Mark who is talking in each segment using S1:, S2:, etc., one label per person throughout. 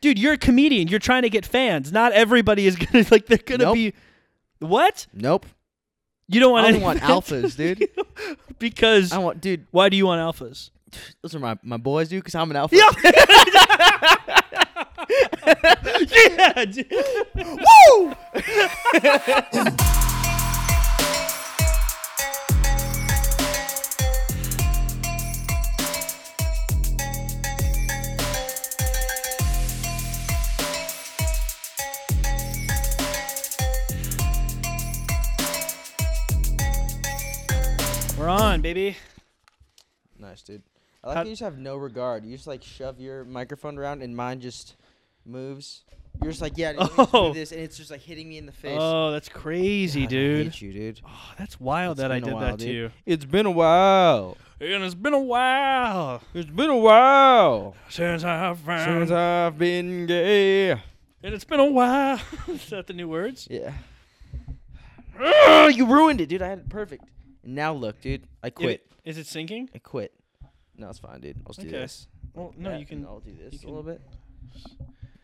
S1: Dude, you're a comedian. You're trying to get fans. Not everybody is gonna like. They're gonna
S2: Nope.
S1: be. What?
S2: Nope.
S1: You don't want
S2: I don't
S1: any
S2: want alphas, dude.
S1: because
S2: I don't want, dude.
S1: why do you want alphas?
S2: Those are my, my boys, dude. Because I'm an alpha.
S1: Yeah. yeah. dude.
S2: Woo!
S1: We're on, baby.
S2: Nice, dude. I like
S1: How-
S2: how you just have no regard. You just like shove your microphone around, and mine just moves. You're just like, yeah, dude, let me just do
S1: Oh.
S2: this, and it's just like hitting me in the face.
S1: Oh, that's crazy,
S2: God, I
S1: dude.
S2: hate you, dude.
S1: Oh, that's wild
S2: It's
S1: that I
S2: been a
S1: did
S2: while,
S1: that to
S2: dude.
S1: you.
S2: It's been a while.
S1: And it's been a while
S2: It's been a while
S1: since I've found.
S2: I've been gay.
S1: and it's been a while. Is that the new words?
S2: Yeah. Ugh, you ruined it, dude. I had it perfect. And now look, dude. I quit.
S1: Is it sinking?
S2: I quit. No, it's fine, dude. I'll just do
S1: Okay.
S2: this.
S1: Well, no,
S2: That,
S1: you
S2: and
S1: can.
S2: I'll do this a
S1: can-
S2: little bit.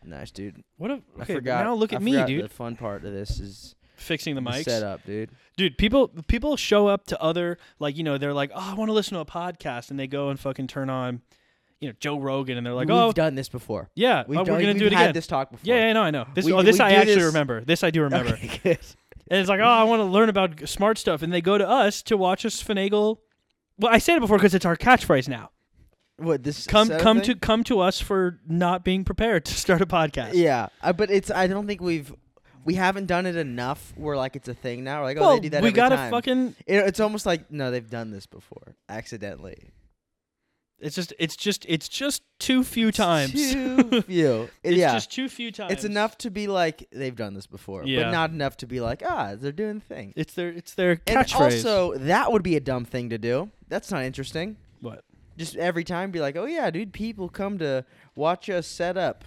S2: Nice, dude.
S1: What? If,
S2: I
S1: okay, but
S2: forgot.
S1: now look
S2: I
S1: at me,
S2: forgot
S1: dude.
S2: The fun part of this is
S1: Fixing the
S2: the
S1: mics.
S2: setup, dude.
S1: Dude, people people show up to other like you know they're like oh I want to listen to a podcast and they go and fucking turn on, you know Joe Rogan and they're like
S2: we've
S1: oh
S2: done this before.
S1: yeah
S2: We've
S1: oh,
S2: done,
S1: we're gonna
S2: we've
S1: do it
S2: had
S1: again.
S2: this talk before.
S1: yeah, yeah, no, I know. This
S2: We-
S1: oh, this
S2: we
S1: I
S2: do
S1: actually
S2: this-
S1: remember. This I do remember.
S2: Okay, good.
S1: And it's like oh I want to learn about g- smart stuff and they go to us to watch us finagle. Well, I said it before because it's our catchphrase now.
S2: What this?
S1: Come
S2: setup
S1: come
S2: thing?
S1: to come to us for not being prepared to start a podcast.
S2: Yeah, uh, but it's. I don't think we've. We haven't done it enough. We're like it's a thing now. We're like, oh,
S1: well,
S2: they do that.
S1: we
S2: every
S1: gotta
S2: time.
S1: fucking.
S2: It, it's almost like no, they've done this before accidentally.
S1: It's just it's just it's just too few times.
S2: Too few.
S1: it's
S2: yeah.
S1: just too few times.
S2: it's enough to be like they've done this before,
S1: Yeah.
S2: but not enough to be like ah, they're doing the thing.
S1: It's their it's their
S2: And
S1: catchphrase.
S2: also, that would be a dumb thing to do. That's not interesting.
S1: what?
S2: Just every time, be like, oh yeah, dude, people come to watch us set up.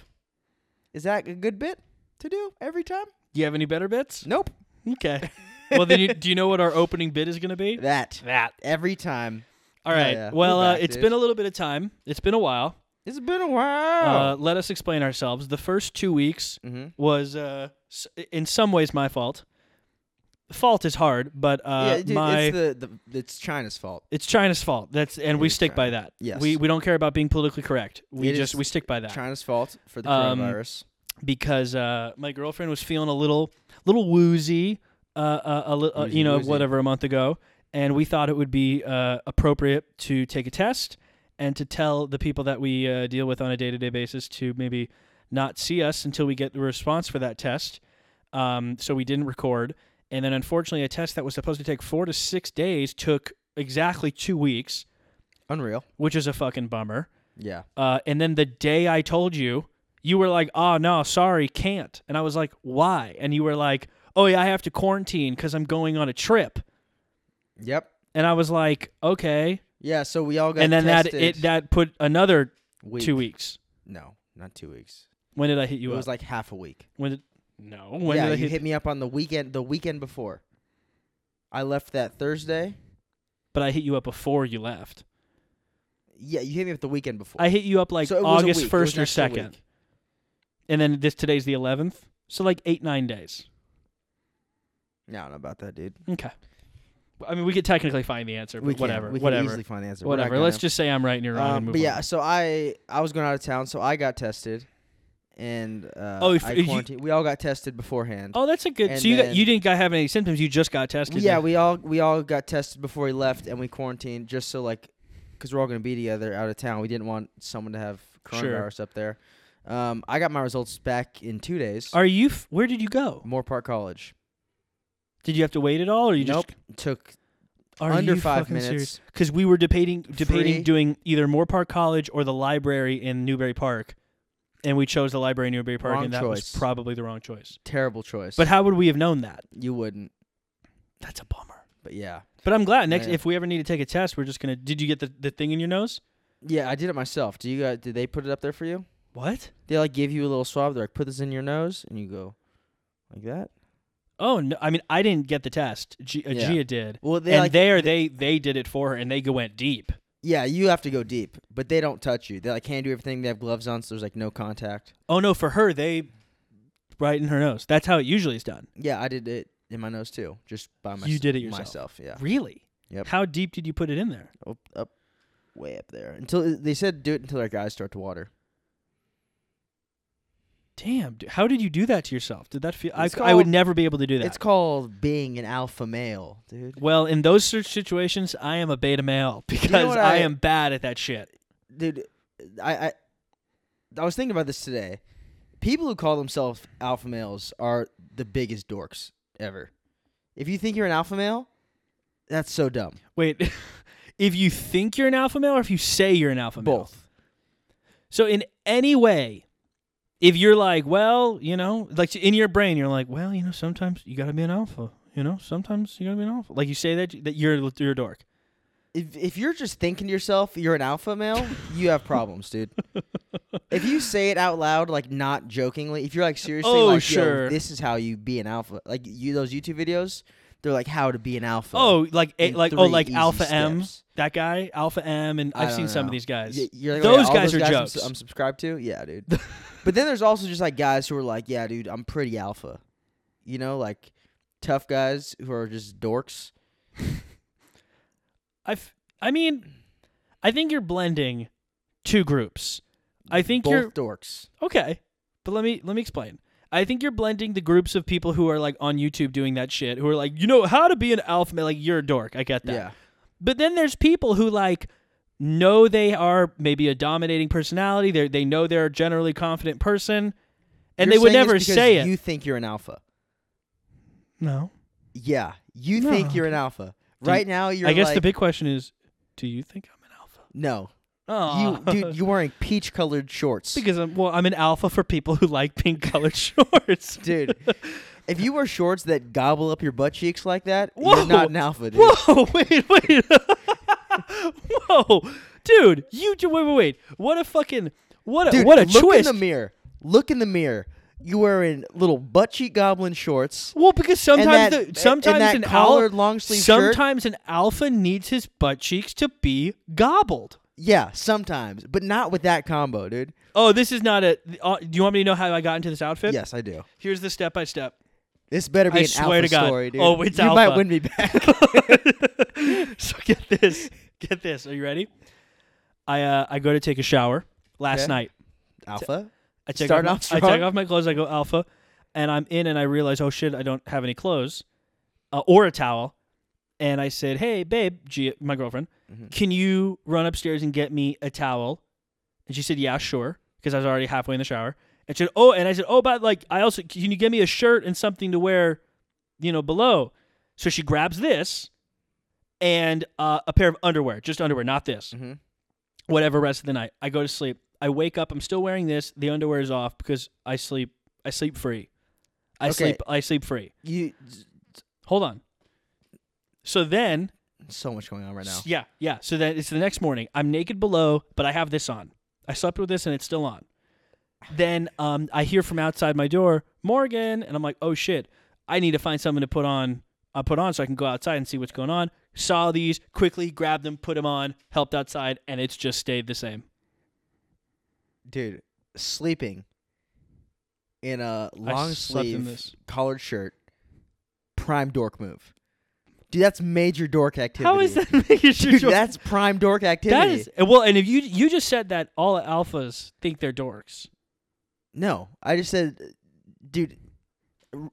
S2: Is that a good bit to do every time?
S1: Do you have any better bits?
S2: Nope.
S1: Okay. well, then you, do you know what our opening bit is going to be?
S2: That
S1: That.
S2: every time.
S1: All right.
S2: yeah.
S1: Well,
S2: We're
S1: uh,
S2: back,
S1: it's
S2: dude. Oh.
S1: been a little bit of time. It's been a while.
S2: It's been a while.
S1: Uh, let us explain ourselves. The first two weeks
S2: hmm
S1: was, uh, s- in some ways, my fault. Fault is hard, but uh,
S2: yeah, dude,
S1: my
S2: it's the, the it's China's fault.
S1: it's China's fault. That's and
S2: It
S1: we
S2: is
S1: stick by that.
S2: Yes.
S1: We we don't care about being politically correct. We
S2: It
S1: just
S2: is
S1: we stick by that.
S2: China's fault for the
S1: Um,
S2: coronavirus.
S1: because uh, my girlfriend was feeling a little little woozy, uh, uh, a li- uh,
S2: Woozy,
S1: you know,
S2: woozy.
S1: whatever a month ago, and we thought it would be uh, appropriate to take a test and to tell the people that we uh, deal with on a day to day basis to maybe not see us until we get the response for that test. Um, so we didn't record, and then unfortunately, a test that was supposed to take four to six days took exactly two weeks,
S2: Unreal.
S1: which is a fucking bummer.
S2: Yeah.
S1: Uh, and then the day I told you, you were like, oh, no, sorry, can't. And I was like, why? And you were like, oh, yeah, I have to quarantine because I'm going on a trip.
S2: Yep.
S1: And I was like, okay.
S2: Yeah. So we all got
S1: and then
S2: tested.
S1: that it that put another
S2: week.
S1: two weeks.
S2: No, not two weeks.
S1: When did I hit
S2: It
S1: you
S2: was
S1: up?
S2: like half a week.
S1: when did, no. When
S2: yeah,
S1: did I
S2: you
S1: hit,
S2: hit me up on the weekend. The weekend before. I left that Thursday.
S1: But I hit you up before you left.
S2: Yeah, you hit me up the weekend before.
S1: I hit you up like
S2: So it was a
S1: August
S2: week. It was
S1: 1st
S2: an
S1: or
S2: extra
S1: 2nd.
S2: week.
S1: And then this today's the 11th. So like eight, nine days.
S2: No, I don't know about that, dude.
S1: Okay. I mean, we could technically find the answer, but
S2: We can-
S1: whatever.
S2: We can
S1: whatever.
S2: easily find the answer. We're not
S1: whatever. Let's
S2: gonna-
S1: just say I'm right and you're wrong. and
S2: Um,
S1: move
S2: but
S1: on.
S2: yeah, so I I was going out of town, so I got tested, and uh,
S1: Oh, if-
S2: I
S1: if you-
S2: quarantined. we all got tested beforehand.
S1: Oh, that's a good.
S2: And
S1: so you got,
S2: then-
S1: you didn't got- have any symptoms. You just got tested.
S2: yeah,
S1: then.
S2: we all we all got tested before we left, and we quarantined just so like, because we're all gonna be together out of town. We didn't want someone to have
S1: Sure.
S2: coronavirus up there. Um, I got my results back in two days.
S1: Are you? F- where did you go?
S2: Moore Park College.
S1: Did you have to wait at all, or you
S2: nope.
S1: just
S2: Took
S1: are
S2: under
S1: you
S2: five
S1: fucking
S2: minutes.
S1: Serious? Because we were debating debating
S2: Free.
S1: doing either Moore Park College or the library in Newberry Park, and we chose the library in Newberry Park,
S2: Wrong
S1: and that was
S2: choice.
S1: probably the wrong choice.
S2: Terrible choice.
S1: But how would we have known that?
S2: you wouldn't.
S1: That's a bummer.
S2: But yeah,
S1: But I'm glad. Next,
S2: Yeah.
S1: if we ever need to take a test, we're just gonna. Did you get the, the thing in your nose?
S2: yeah. I did it myself. Do you guys? Did they put it up there for you?
S1: What?
S2: They like give you a little swab. They're like, put this in your nose, and you go like that.
S1: Oh no! I mean, I didn't get the test. G- uh,
S2: Yeah.
S1: Gia did,
S2: Well, they
S1: and
S2: like
S1: there they they did it for her, and they go went deep.
S2: Yeah, you have to go deep, but they don't touch you. They like hand you everything. They have gloves on, so there's like no contact.
S1: Oh no, for her they right in her nose. That's how it usually is done.
S2: Yeah, I did it in my nose too, just by myself.
S1: You did it yourself.
S2: Myself, yeah,
S1: Really?
S2: Yep.
S1: How deep did you put it in there?
S2: up, up, way up there. Until uh, they said do it until our eyes start to water.
S1: Damn, dude, how did you do that to yourself? Did that feel? I,
S2: It's
S1: I would
S2: called-
S1: never be able to do that.
S2: It's called being an alpha male, dude.
S1: well, in those search situations, I am a beta male because
S2: what
S1: I,
S2: I-
S1: am bad at that shit.
S2: dude I, I i was thinking about this today people who call themselves alpha males are the biggest dorks ever if you think you're an alpha male that's so dumb
S1: Wait, if you think you're an alpha male or if you say you're an alpha male?
S2: both
S1: So in any way, if you're like, well, you know, like in your brain, you're like, well, you know, sometimes you gotta be an alpha. You know, sometimes you gotta be an alpha. Like you say that that you're you're a dork.
S2: if, if you're just thinking to yourself you're an alpha male you have problems dude if you say it out loud like not jokingly if you're like seriously
S1: Oh,
S2: like yo,
S1: sure.
S2: this is how you be an alpha like you those youtube videos they're like how to be an alpha
S1: Oh, like eh,
S2: in
S1: like oh
S2: three
S1: like
S2: easy
S1: Alpha M,
S2: steps.
S1: that guy, Alpha M, and
S2: I
S1: I've seen
S2: don't
S1: some of
S2: know.
S1: these guys.
S2: Y- you're like,
S1: Those
S2: all
S1: guys
S2: those
S1: are
S2: I'm s-
S1: jokes.
S2: I'm, subscribed to. Yeah, dude. but then there's also just like guys who are like, yeah, dude, I'm pretty alpha. You know, like tough guys who are just dorks.
S1: I f- I mean, I think you're blending two groups. I think
S2: both
S1: you're
S2: dorks.
S1: okay, but let me let me explain. I think you're blending the groups of people who are like on YouTube doing that shit, who are like, you know, how to be an alpha male. Like you're a dork. I get that.
S2: Yeah.
S1: But then there's people who like know they are maybe a dominating personality. They they know they're a generally confident person, and they
S2: You're
S1: would
S2: saying this
S1: never
S2: because
S1: say it.
S2: You think you're an alpha.
S1: no.
S2: Yeah, you
S1: No.
S2: think you're an alpha.
S1: Do
S2: right
S1: you-
S2: now, you're.
S1: I guess
S2: like,
S1: the big question is, do you think I'm an alpha?
S2: no.
S1: Oh,
S2: You, dude, you're wearing peach-colored shorts.
S1: because I'm well, I'm an alpha for people who like pink colored shorts.
S2: dude, if you wear shorts that gobble up your butt cheeks like that,
S1: Whoa.
S2: you're not an alpha, dude.
S1: Whoa, wait, wait. Whoa. Dude, you ju- wait, wait, wait. What a fucking what a
S2: Dude,
S1: what a
S2: look
S1: twist.
S2: in the mirror. Look in the mirror. You wearing little butt cheek goblin shorts.
S1: well, because
S2: and
S1: sometimes
S2: that,
S1: the, sometimes
S2: and that
S1: an
S2: collared
S1: al-
S2: long sleeve shirt.
S1: sometimes an alpha needs his butt cheeks to be gobbled.
S2: Yeah, sometimes, but not with that combo, dude.
S1: Oh, this is not a. Uh, do you want me to know how I got into this outfit?
S2: Yes, I do.
S1: Here's the step by step.
S2: This better be
S1: I
S2: an
S1: swear
S2: alpha
S1: to God.
S2: story, dude.
S1: Oh, it's
S2: you might
S1: alpha.
S2: win me back.
S1: so get this, get this. Are you ready? I uh, I go to take a shower last
S2: Okay.
S1: night.
S2: alpha.
S1: I take
S2: Start
S1: off
S2: off
S1: my, I
S2: strong.
S1: take off my clothes. I go alpha, and I'm in, and I realize, oh shit, I don't have any clothes, uh, or a towel. And I said, hey babe, G- my girlfriend,
S2: Mhm.
S1: can you run upstairs and get me a towel? And she said, yeah, sure, because I was already halfway in the shower. And she said, oh, and I said, oh, but like, I also can you get me a shirt and something to wear, you know, below. So she grabs this, and uh, a pair of underwear, just underwear, not this
S2: Mm-hmm.
S1: whatever rest of the night. I go to sleep. I wake up. I'm still wearing this. The underwear is off because I sleep. I sleep free. I
S2: Okay.
S1: sleep. I sleep free.
S2: You
S1: Hold on. So then,
S2: so much going on right now.
S1: s- yeah, yeah. So then it's the next morning. I'm naked below, but I have this on. I slept with this and it's still on. Then um, I hear from outside my door, Morgan, and I'm like, oh shit, I need to find something to put on. I put on so I can go outside and see what's going on. Saw these quickly, grabbed them, put them on, helped outside, and it's just stayed the same.
S2: Dude, sleeping in a long
S1: slept in
S2: sleeve
S1: this.
S2: collared shirt. Prime dork move. Dude, that's major dork activity.
S1: How is that making
S2: Dude,
S1: sure?
S2: that's prime dork activity.
S1: That is well, and if you you just said that all alphas think they're dorks.
S2: No, I just said, uh, dude. r-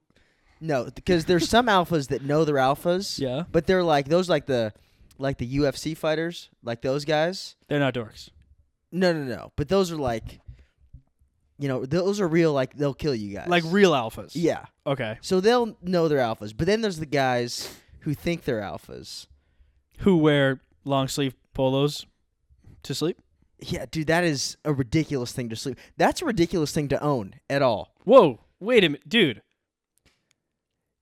S2: No, because there's some alphas that know they're alphas.
S1: Yeah,
S2: But they're like those, like the, like the UFC fighters, like those guys.
S1: they're not dorks.
S2: No, no, no. But those are like, you know, those are real. Like they'll kill you guys.
S1: Like real alphas.
S2: Yeah.
S1: Okay.
S2: So they'll know they're alphas. But then there's the guys who think they're alphas.
S1: Who wear long sleeve polos to sleep?
S2: Yeah, dude, that is a ridiculous thing to sleep. That's a ridiculous thing to own at all.
S1: Whoa! Wait a minute, dude.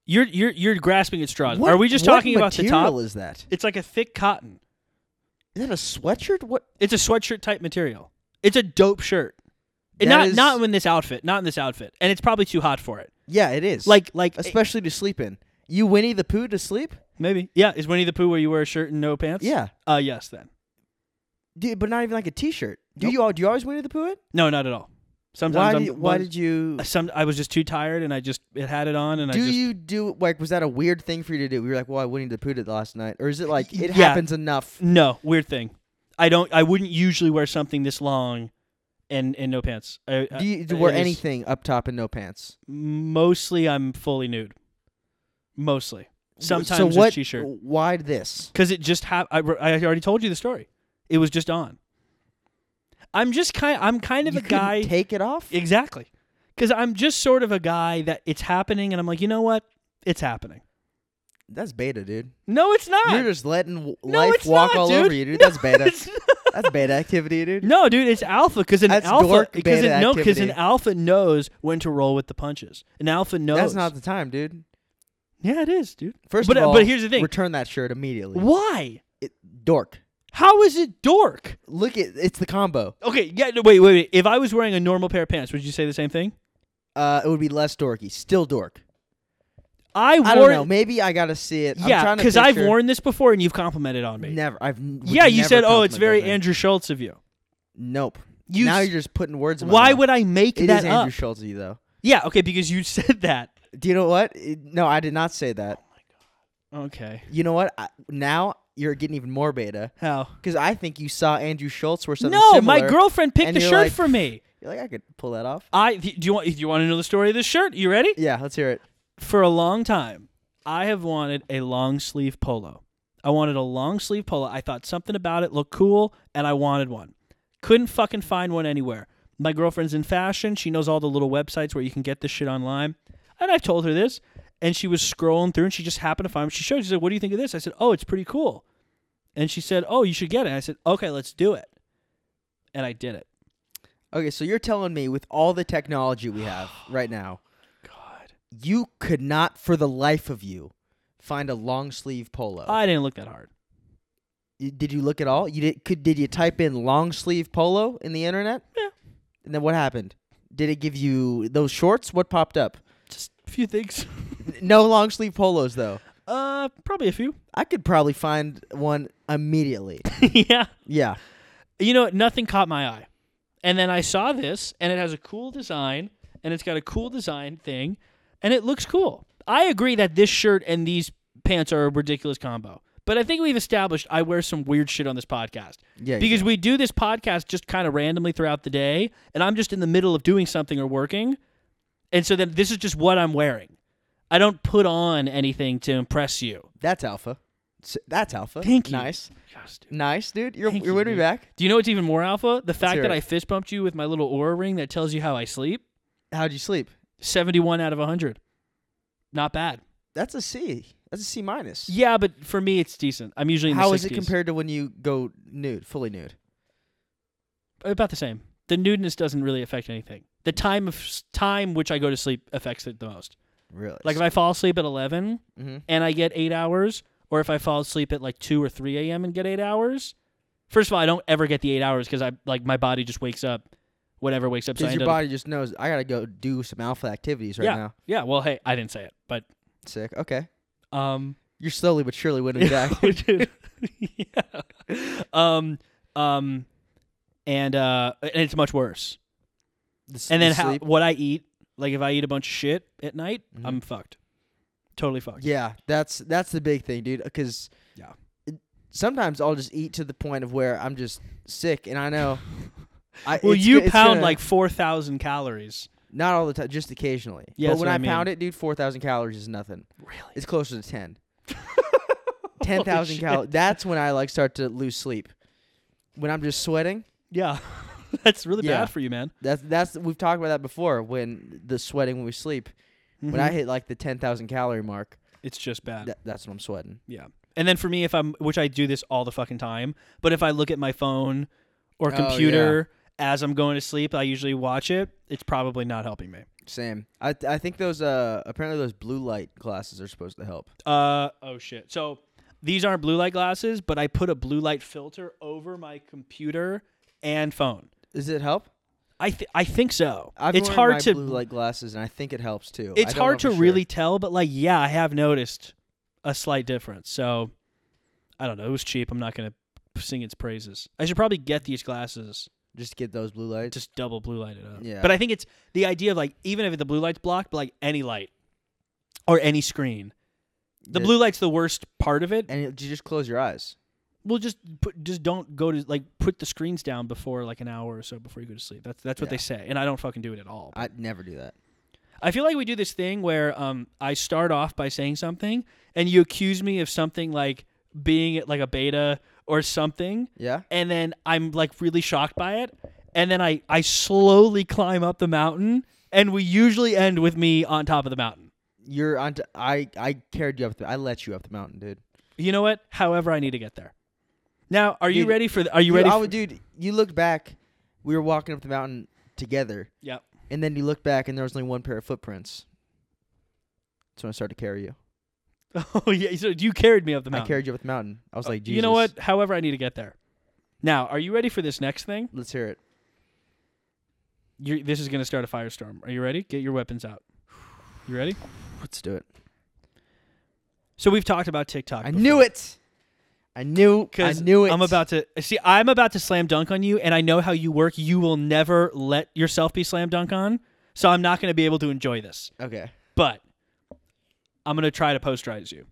S1: You're you're you're grasping at straws.
S2: What-
S1: Are we just
S2: what
S1: talking about the top?
S2: material Is that
S1: It's like a thick cotton.
S2: is that a sweatshirt? What?
S1: It's a sweatshirt type material. It's a dope shirt. And
S2: That
S1: not
S2: is-
S1: not in this outfit. Not in this outfit. And it's probably too hot for it.
S2: Yeah, it is.
S1: Like eh, like
S2: especially to sleep in. You Winnie the Pooh to sleep?
S1: maybe yeah. Is Winnie the Pooh where you wear a shirt and no pants?
S2: Yeah.
S1: Uh yes then.
S2: Dude, but not even like a T-shirt. Do
S1: Nope.
S2: you all? Do you always Winnie the Pooh it?
S1: No, not at all. Sometimes
S2: Why?
S1: I'm,
S2: Did, why
S1: one- uh,
S2: did you?
S1: some I was just too tired and I just it had it on and
S2: Do
S1: I just
S2: you do like? Was that a weird thing for you to do? We were like, "Well, I Winnie the Pooh it last night," or is it like it
S1: Yeah.
S2: happens enough?
S1: no weird thing. I don't. I wouldn't usually wear something this long, and and no pants. I, I-
S2: Do you do
S1: it
S2: wear
S1: is-
S2: anything up top and no pants?
S1: mostly I'm fully nude. Mostly. Sometimes
S2: so what,
S1: it's t-shirt
S2: Why this?
S1: because it just ha- I, re- I already told you the story. It was just on. I'm just kind. I'm kind of
S2: You
S1: a
S2: couldn't
S1: guy.
S2: take it off.
S1: Exactly. Because I'm just sort of a guy that it's happening, and I'm like, you know what? It's happening.
S2: That's beta, dude.
S1: No, it's not.
S2: You're just letting w-
S1: no,
S2: life
S1: it's
S2: walk
S1: not,
S2: all
S1: dude.
S2: over you, dude.
S1: No,
S2: That's beta.
S1: it's
S2: That's beta activity, dude.
S1: No, dude, it's alpha because an
S2: That's
S1: alpha
S2: dork
S1: because
S2: beta
S1: an, no, 'cause an
S2: activity.
S1: alpha knows when to roll with the punches. An alpha knows.
S2: That's not the time, dude.
S1: yeah, it is, dude.
S2: First
S1: But-
S2: of
S1: uh,
S2: all,
S1: but here's the thing.
S2: Return that shirt immediately.
S1: Why?
S2: It, dork.
S1: How is it dork?
S2: Look at it's the combo.
S1: Okay, yeah. No, wait, wait, wait. If I was wearing a normal pair of pants, would you say the same thing?
S2: Uh, it would be less dorky. Still dork.
S1: I wore.
S2: I don't know. Maybe I gotta see it.
S1: Yeah,
S2: because
S1: I've worn this before and you've complimented on me.
S2: Never. I've. n- would
S1: yeah, you
S2: never
S1: said, "Oh,
S2: compliment
S1: it's very
S2: that man.
S1: Andrew Schultz of you."
S2: Nope.
S1: You
S2: now
S1: s-
S2: you're just putting words. In my
S1: Why
S2: mouth.
S1: would I make
S2: it
S1: that
S2: is
S1: up?
S2: Andrew Schultz of you though?
S1: Yeah, okay, because you said that.
S2: Do you know what? It- no, I did not say that.
S1: Okay.
S2: You know what? I, now you're getting even more beta
S1: How?
S2: because I think you saw Andrew Schultz or something.
S1: No, my
S2: similar.
S1: girlfriend picked
S2: and
S1: the
S2: you're
S1: shirt
S2: like-
S1: for me.
S2: You're like I could pull that off.
S1: I do you want do you want to know the story of this shirt? You ready?
S2: Yeah, let's hear it.
S1: For a long time, I have wanted a long sleeve polo. I wanted a long sleeve polo. I thought something about it looked cool and I wanted one. Couldn't fucking find one anywhere. My girlfriend's in fashion. She knows all the little websites where you can get this shit online. And I told her this and she was scrolling through and she just happened to find what she showed. She said, "What do you think of this?" I said, "Oh, it's pretty cool." And she said, "Oh, you should get it." And I said, "Okay, let's do it." And I did it.
S2: Okay, so you're telling me with all the technology we have right now,
S1: God.
S2: you could not for the life of you find a long sleeve polo.
S1: I didn't look that hard.
S2: Y- did you look at all? You did could did you type in long sleeve polo in the internet?
S1: Yeah.
S2: And then what happened? Did it give you those shorts? What popped up?
S1: Just a few things.
S2: No long sleeve polos though.
S1: Uh, probably a few.
S2: I could probably find one immediately.
S1: yeah.
S2: yeah.
S1: You know, what? nothing caught my eye. And then I saw this, and it has a cool design, and it's got a cool design thing, and it looks cool. I agree that this shirt and these pants are a ridiculous combo. But I think we've established I wear some weird shit on this podcast.
S2: Yeah.
S1: because we do this podcast just kind of randomly throughout the day, and I'm just in the middle of doing something or working, and so then this is just what I'm wearing. I don't put on anything to impress you.
S2: that's alpha. S- That's alpha.
S1: Thank you.
S2: Nice.
S1: Gosh, dude.
S2: Nice, dude. You're
S1: Thank
S2: you're
S1: you,
S2: winning
S1: dude.
S2: me back.
S1: Do you know what's even more alpha? The fact
S2: hear
S1: that
S2: it.
S1: I fist bumped you with my little aura ring that tells you how I sleep.
S2: How'd you sleep?
S1: 71 out of 100. Not bad.
S2: That's a C. That's a C minus.
S1: Yeah, but for me it's decent. I'm usually in
S2: How
S1: the
S2: is it
S1: 60s.
S2: compared to when you go nude, fully nude?
S1: About the same. The nudeness doesn't really affect anything. The time of s- time which I go to sleep affects it the most.
S2: Really?
S1: Like if I fall asleep at 11
S2: Mhm.
S1: and I get 8 hours or if I fall asleep at like 2 or 3 a.m. and get 8 hours. First of all, I don't ever get the 8 hours cuz I like my body just wakes up whatever wakes up so I
S2: because
S1: end
S2: your
S1: up-
S2: body just knows I gotta go do some alpha activities right
S1: Yeah.
S2: now.
S1: Yeah, well hey, I didn't say it, but
S2: Sick. Okay.
S1: um
S2: You're slowly but surely winning back.
S1: Which is- yeah. Um, um, and uh, and it's much worse.
S2: This-
S1: And then
S2: this
S1: how,
S2: sleep.
S1: what I eat, like if I eat a bunch of shit at night,
S2: Mhm.
S1: I'm fucked, totally fucked.
S2: Yeah, that's that's the big thing, dude. Because
S1: Yeah.
S2: sometimes I'll just eat to the point of where I'm just sick, and I know. I,
S1: Well,
S2: it's
S1: you
S2: go- it's
S1: pound
S2: gonna-
S1: like four thousand calories.
S2: not all the time, just occasionally.
S1: Yeah,
S2: but
S1: that's
S2: when
S1: what
S2: I,
S1: I mean.
S2: pound it, dude, four thousand calories is nothing.
S1: Really?
S2: It's closer to ten. ten thousand
S1: shit.
S2: calories. That's when I like start to lose sleep. When I'm just sweating,
S1: Yeah, that's really
S2: Yeah.
S1: bad for you, man.
S2: that's that's we've talked about that before. When the sweating when we sleep, when I
S1: Mhm.
S2: hit like the ten thousand calorie mark,
S1: it's just bad.
S2: tha- that's when I'm sweating.
S1: yeah. And then for me, if I'm, which I do this all the fucking time, but if I look at my phone or
S2: Oh, yeah.
S1: computer as I'm going to sleep, I usually watch it. It's probably not helping me.
S2: Same. I th- I think those uh apparently those blue light glasses are supposed to help.
S1: Uh oh shit. So these aren't blue light glasses, but I put a blue light filter over my computer and phone.
S2: Does it help?
S1: I th- I think so.
S2: I've
S1: it's
S2: worn
S1: hard
S2: my
S1: to
S2: blue light glasses, and I think it helps too. I
S1: it's
S2: don't know
S1: hard
S2: for
S1: to
S2: sure.
S1: really tell, but like yeah, I have noticed a slight difference. So I don't know. It was cheap. I'm not gonna sing its praises. I should probably get these glasses,
S2: Just to get those blue lights.
S1: just double blue light it up.
S2: Yeah.
S1: But I think it's the idea of like even if the blue light's blocked, but like any light or any screen, the
S2: Yeah.
S1: blue light's the worst part of it.
S2: And you you just close your eyes.
S1: Well, just put, just don't go to like put the screens down before like an hour or so before you go to sleep. That's that's what they
S2: Yeah.
S1: say, and I don't fucking do it at all.
S2: I never do that.
S1: I feel like we do this thing where um, I start off by saying something, and you accuse me of something like being like a beta or something,
S2: Yeah.
S1: and then I'm like really shocked by it, and then I I slowly climb up the mountain, and we usually end with me on top of the mountain.
S2: You're on. T- I I carried you up. The, I let you up the mountain, dude.
S1: You know what? However, I need to get there. Now, are you
S2: Dude,
S1: ready for? The, are you ready?
S2: I
S1: for-
S2: would, dude. You looked back. We were walking up the mountain together,
S1: Yep.
S2: and then you looked back, and there was only one pair of footprints. That's when I started to carry you.
S1: Oh yeah. So you carried me up the mountain. Uh,
S2: I carried you up the mountain. I was like, Jesus.
S1: You know what? However, I need to get there. Now, are you ready for this next thing?
S2: Let's hear it.
S1: You're, this is going to start a firestorm. Are you ready? Get your weapons out. You ready?
S2: Let's do it.
S1: So we've talked about TikTok.
S2: I knew it. I knew. I
S1: Because
S2: knew it.
S1: I'm about to see. I'm about to slam dunk on you, and I know how you work. You will never let yourself be slam dunk on. So I'm not going to be able to enjoy this.
S2: Okay.
S1: But I'm going to try to posterize you.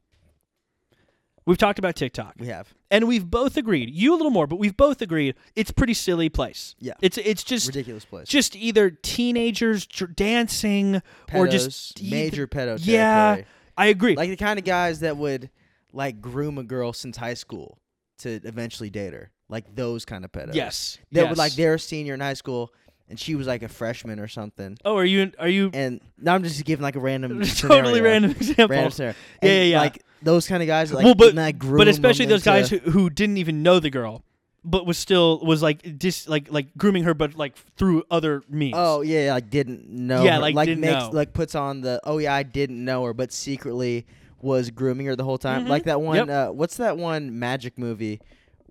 S1: We've talked about TikTok.
S2: We have
S1: and we've both agreed you a little more but we've both agreed it's pretty silly place
S2: Yeah.
S1: it's it's just
S2: ridiculous place.
S1: just either teenagers dr- dancing
S2: pedos,
S1: or just eith-
S2: major pedo.
S1: yeah
S2: territory.
S1: i agree
S2: Like the kind of guys that would like groom a girl since high school to eventually date her. Like those kind of pedos.
S1: yes
S2: That
S1: yes.
S2: were like they're a senior in high school and she was like a freshman or something.
S1: oh are you are you
S2: And now I'm just giving like a random
S1: totally
S2: scenario.
S1: random example
S2: Random scenario.
S1: Yeah,
S2: And,
S1: yeah, yeah.
S2: Like those kind of guys like
S1: Well, but-
S2: and I groom
S1: but especially
S2: them
S1: those guys
S2: into-
S1: who, who didn't even know the girl but was still was like dis like like grooming her but like through other means
S2: Oh yeah, yeah, like didn't know.
S1: Yeah,
S2: her.
S1: like, didn't
S2: makes
S1: know.
S2: like puts on the oh yeah, I didn't know her, but secretly was grooming her the whole time.
S1: Mhm.
S2: Like that one
S1: Yep.
S2: uh what's that one magic movie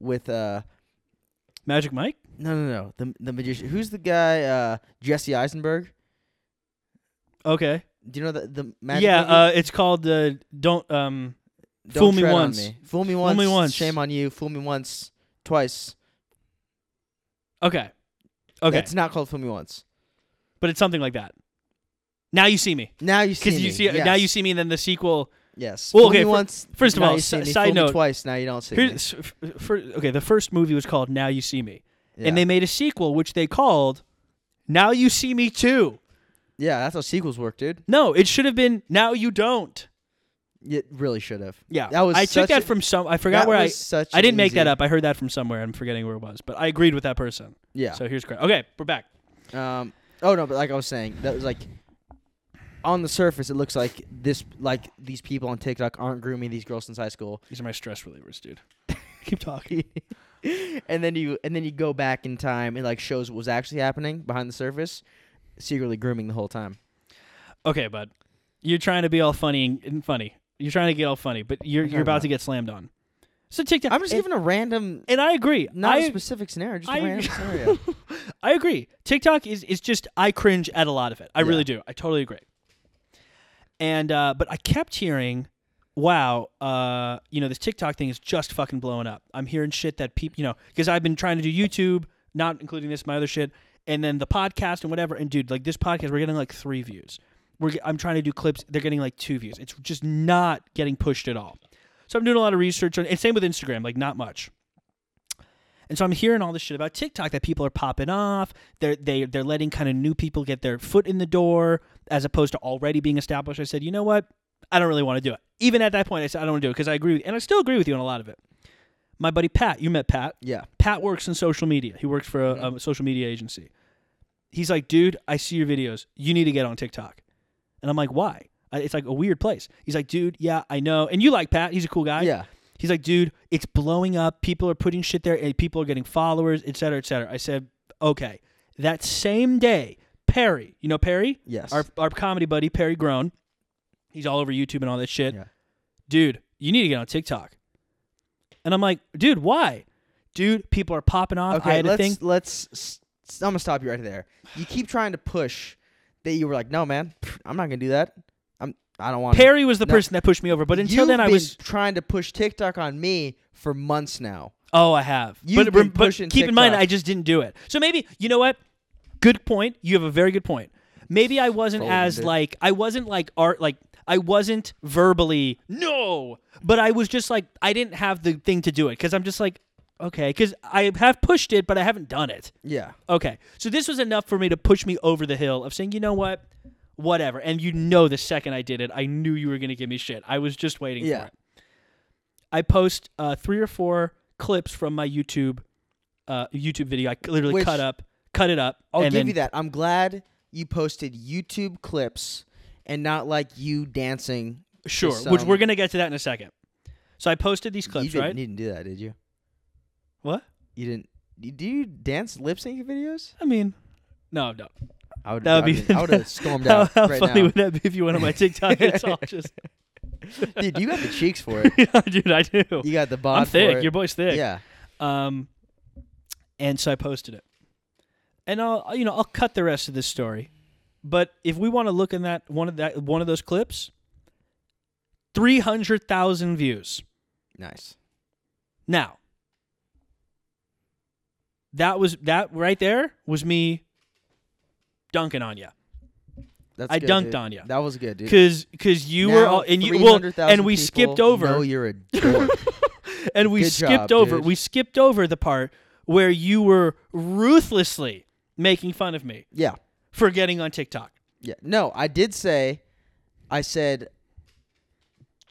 S2: with uh
S1: magic mike
S2: No, no, no. The the magician. Who's the guy? Uh, Jesse Eisenberg.
S1: okay
S2: Do you know the the magic?
S1: yeah
S2: movie?
S1: uh it's called uh don't um
S2: Don't
S1: fool me
S2: tread on
S1: once.
S2: Fool me
S1: Fool
S2: once.
S1: me once.
S2: Shame on you. Fool me once. Twice.
S1: okay okay
S2: It's not called fool me once.
S1: but it's something like that now you see me
S2: Now you see.
S1: Because you
S2: me.
S1: see uh,
S2: yes.
S1: now you see me, and then the sequel.
S2: Yes.
S1: Well,
S2: fool
S1: okay,
S2: me
S1: fir-
S2: once.
S1: first of
S2: now
S1: all,
S2: you see
S1: si-
S2: me.
S1: side
S2: fool
S1: note.
S2: Me twice. Now you don't see me.
S1: Here's, f- f- fir- okay, the first movie was called Now You See Me,
S2: Yeah.
S1: and they made a sequel which they called Now You See Me Too.
S2: yeah, that's how sequels work, dude.
S1: No, it should have been Now You Don't.
S2: It really should have.
S1: Yeah,
S2: That was
S1: I took
S2: such
S1: that
S2: a-
S1: from some. I forgot
S2: that
S1: where
S2: was
S1: I.
S2: Such
S1: I didn't make that
S2: easy-
S1: up. I heard that from somewhere. I'm forgetting where it was, but I agreed with that person.
S2: Yeah.
S1: So here's great. Okay, we're back.
S2: Um. Oh no, but like I was saying, that was like on the surface, it looks like this, like these people on TikTok aren't grooming these girls since high school.
S1: These are my stress relievers, dude. Keep talking.
S2: and then you, and then you go back in time and like shows what was actually happening behind the surface, secretly grooming the whole time.
S1: Okay, bud, you're trying to be all funny and- and funny. You're trying to get all funny, but you're
S2: I'm
S1: you're about
S2: not.
S1: to get slammed on. So TikTok.
S2: I'm just
S1: and-
S2: giving a random,
S1: and I agree.
S2: not a
S1: I-
S2: specific scenario, just a
S1: I-
S2: random scenario.
S1: I agree. TikTok is is just I cringe at a lot of it. I really
S2: Yeah.
S1: do. I totally agree. And uh, but I kept hearing, wow, uh, you know this TikTok thing is just fucking blowing up. I'm hearing shit that people, you know, because I've been trying to do YouTube, not including this my other shit, and then the podcast and whatever. And dude, like this podcast, we're getting like three views. We're ge- I'm trying to do clips. They're getting like two views. It's just not getting pushed at all. So I'm doing a lot of research on, and same with Instagram, like not much. And so I'm hearing all this shit about TikTok that people are popping off. They're they they're letting kind of new people get their foot in the door as opposed to already being established. I said, you know what? I don't really want to do it. Even at that point, I said I don't want to do it because I agree with, and I still agree with you on a lot of it. My buddy Pat, you met Pat.
S2: yeah,
S1: Pat works in social media. He works for a, a social media agency. He's like, dude, I see your videos. You need to get on TikTok. And I'm like, why? I- It's like a weird place. He's like, dude, yeah, I know. And you like Pat. He's a cool guy.
S2: yeah.
S1: He's like, dude, it's blowing up. People are putting shit there, and people are getting followers, et cetera, et cetera. I said, okay. That same day, Perry, you know Perry,
S2: Yes.
S1: our our comedy buddy Perry Grown, he's all over YouTube and all that shit.
S2: Yeah.
S1: Dude, you need to get on TikTok. And I'm like, dude, why? Dude, people are popping off. I
S2: Okay,
S1: had a
S2: let's
S1: thing.
S2: let's. s- s- I'm gonna stop you right there. You keep trying to push that you were like, no, man, pff, I'm not gonna do that. I'm. I don't want.
S1: Perry was the
S2: No.
S1: person that pushed me over, but until
S2: You've
S1: then I
S2: been
S1: was
S2: trying to push TikTok on me for months now.
S1: Oh, I have.
S2: You've
S1: but
S2: been
S1: but
S2: pushing
S1: keep in mind,
S2: TikTok.
S1: I just didn't do it. So maybe you know what? Good point. You have a very good point. Maybe I wasn't
S2: Folded
S1: as
S2: it.
S1: like I wasn't like art like I wasn't verbally no, but I was just like I didn't have the thing to do it because I'm just like okay because I have pushed it but I haven't done it.
S2: Yeah.
S1: Okay, so this was enough for me to push me over the hill of saying you know what, whatever. And you know, the second I did it, I knew you were gonna give me shit. I was just waiting for
S2: Yeah.
S1: it. I post uh, three or four clips from my YouTube uh, YouTube video. I c- literally
S2: Which-
S1: cut up, cut it up.
S2: I'll
S1: and
S2: give
S1: then,
S2: you that. I'm glad you posted YouTube clips and not like you dancing.
S1: Sure,
S2: Just,
S1: which
S2: um,
S1: we're gonna get to that in a second. So I posted these
S2: you
S1: clips,
S2: didn't,
S1: right?
S2: you didn't do that, did you?
S1: what?
S2: You didn't. you- Do you dance lip sync videos?
S1: I mean, no, no.
S2: I would.
S1: That would
S2: I
S1: be-
S2: mean, I would have stormed
S1: How,
S2: out
S1: how
S2: right
S1: funny
S2: now.
S1: would that be if you went on my TikTok? it's all just,
S2: Dude, you got the cheeks for it.
S1: dude, I do.
S2: You got the bod.
S1: I'm
S2: For it.
S1: thick. Your boy's thick.
S2: Yeah.
S1: Um, and so I posted it, and I'll you know I'll cut the rest of this story, but if we want to look in that one of that one of those clips, three hundred thousand views.
S2: Nice.
S1: Now, that was that right there was me dunking on you
S2: That's
S1: I
S2: good,
S1: dunked
S2: dude.
S1: on ya.
S2: That was good, dude.
S1: because because you were all and you well and we skipped over
S2: No, you're a dork.
S1: and we
S2: Good
S1: skipped
S2: job,
S1: over
S2: dude.
S1: we skipped over the part where you were ruthlessly making fun of me
S2: yeah.
S1: for getting on TikTok.
S2: Yeah. No, I did say. I said.